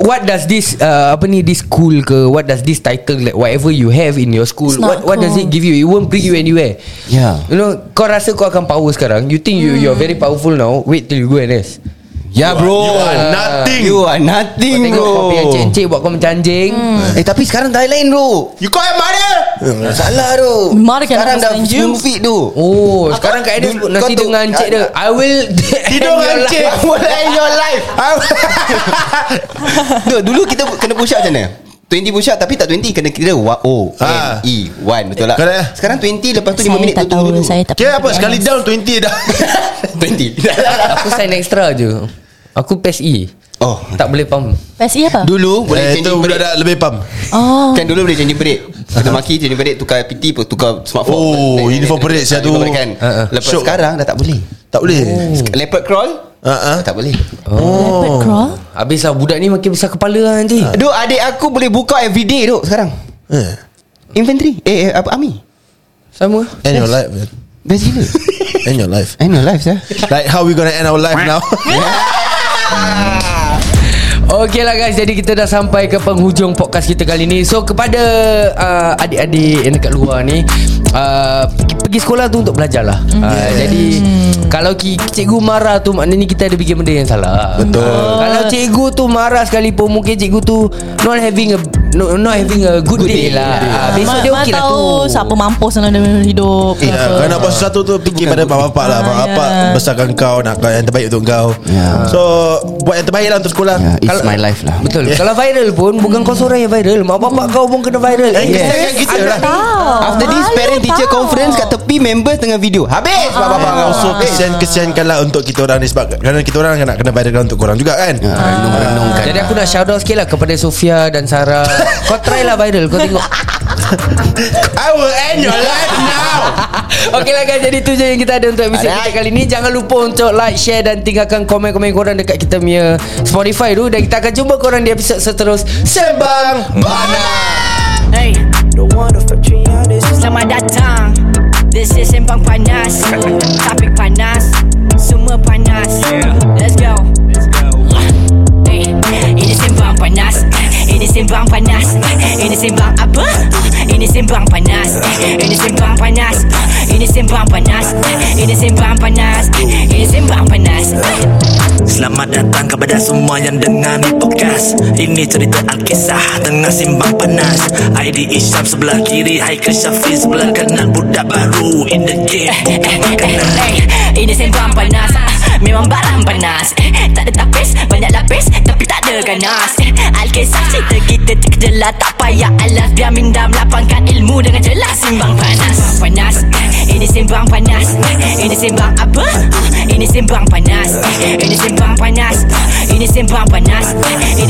C: What does this uh, Apa ni This cool ke What does this title like, Whatever you have in your school
D: It's
C: What
D: not
C: what does
D: cool.
C: it give you It won't bring you anywhere
B: Yeah.
C: You know Kau rasa kau akan power sekarang You think you you are very powerful now Wait till you go NS
B: Yeah bro
F: You
B: Uh,
F: are nothing
B: You are nothing
C: Kau tengok kau
B: bro
C: punya encik-encik Buat kau macam anjing
D: Hmm.
B: Eh tapi sekarang dah lain bro
F: You call him mother
B: Salah tu
D: Mother cannot
B: Sekarang dah
D: understand you.
B: full fit tu
C: Oh Sekarang kat NS
B: Dulu kau
C: Nanti
B: tu- Ah,
C: dengan encik dia I will
F: Tidur dengan encik.
B: I will end your life no, Dulu kita kena push up macam mana 20 push up Tapi tak 20 Kena kira wa- O
F: Ah.
B: N E 1 Betul tak
F: Correct.
B: Sekarang 20 Lepas tu 5
D: Saya
B: minit
D: tak
B: tu
D: tahu
B: dulu.
D: Saya tak
F: Kira
D: pernah
F: apa
D: pergi
F: Sekali
D: NS.
F: down 20 dah
B: 20
C: Aku sign extra je Aku PES E
B: Oh
C: Tak boleh pump
D: PSE apa
B: Dulu boleh
F: Eh,
B: change
F: Itu budak
B: break
F: dah lebih pam
D: Oh
B: Kan dulu boleh change break Kena maki change break Tukar PT pun Tukar smartphone
F: Oh,
B: Naik- naik-
F: uniform
B: naik-
F: parade
B: naik-
F: siapa tu?
B: uniform parade kan.
F: Ah, ah.
B: Lepas
F: Syok.
B: sekarang dah tak boleh
F: Tak boleh
B: Leopard crawl
F: Ah, ah.
B: Oh. Tak boleh
D: Leopard crawl
C: Habislah budak ni makin besar kepala lah nanti
B: Duk adik aku boleh buka everyday duk sekarang
F: Eh,
B: Infantry Eh eh, apa army
C: Sama
F: End your life man
B: Best gila
F: End your life
B: End your life sah
F: Like how we gonna end our life now
C: Okay lah guys Jadi kita dah sampai ke penghujung podcast kita kali ni So kepada uh, adik-adik yang dekat luar ni uh, Pergi sekolah tu untuk belajar lah uh, Jadi kalau ki, cikgu marah tu Maknanya kita ada bikin benda yang salah
F: Betul.
C: Uh, Kalau cikgu tu marah sekalipun Mungkin cikgu tu not having a no, not having a good, day, lah Ah, Besok
D: Ma-
C: dia
D: ma
C: okey lah tu
D: tahu Siapa mampus dalam dalam hidup
F: Eh,
D: apa.
F: Kau nak buat sesuatu tu Fikir pada mak bapak lah Mak
D: Ah,
F: bapak
D: ya.
F: Besarkan kau Nak kau yang terbaik untuk kau
B: Ya.
F: So Buat yang terbaik lah untuk sekolah
B: Yeah, it's
C: Kalau-
B: my life lah
C: Betul Kalau viral pun Bukan kau seorang yang viral Mak bapak kau pun kena viral
F: Eh,
C: Yes.
F: kesian kita
C: Anak
F: lah.
C: ni-
D: Tahu.
B: After this
D: Mana
B: parent teacher
D: tahu?
B: conference Kat tepi members dengan video Habis
F: Sebab
B: bapak-bapak
F: abang
B: kau
F: also kesian-kesiankan lah untuk kita orang ni Sebab kerana kita orang nak kena viralkan untuk korang juga kan
B: Renung-renungkan
C: Jadi aku nak shout out sikit lah Kepada Sofia dan Sarah Kau try lah viral Kau tengok
F: I will end your life now
C: Okey lah guys Jadi tu je yang kita ada Untuk episode kita kali ni Jangan lupa untuk like Share dan tinggalkan Komen-komen korang Dekat kita punya Spotify tu Dan kita akan jumpa korang Di episod seterus Sembang
A: Hey, Selamat datang This is Sembang Panas Topik panas Semua panas Let's go Hey, Ini Sembang Panas Ini Sembang Panas Ini Sembang apa? Ini Sembang Panas Ini Sembang Panas Ini Sembang Panas Ini Sembang Panas Ini Sembang Panas
E: Selamat datang kepada semua yang dengar ni podcast Ini cerita Alkisah tengah simbang panas ID Isyam sebelah kiri Haikal Syafiq sebelah kanan Budak baru in the game bukan makanan
A: Hey, Eh, Ini sembang panas Ah, Memang barang panas Eh, Tak ada tapis Banyak lapis Tapi tak ada ganas Eh, Alkisah cerita kita terkejelah Tak payah alas Biar minda melapangkan ilmu Dengan jelas Simbang panas Sembang panas Eh, Ini sembang panas Eh, Ini sembang apa? Ah, Ini sembang panas Eh, Ini sembang panas Ah, Ini sembang panas Eh, Ini Eh,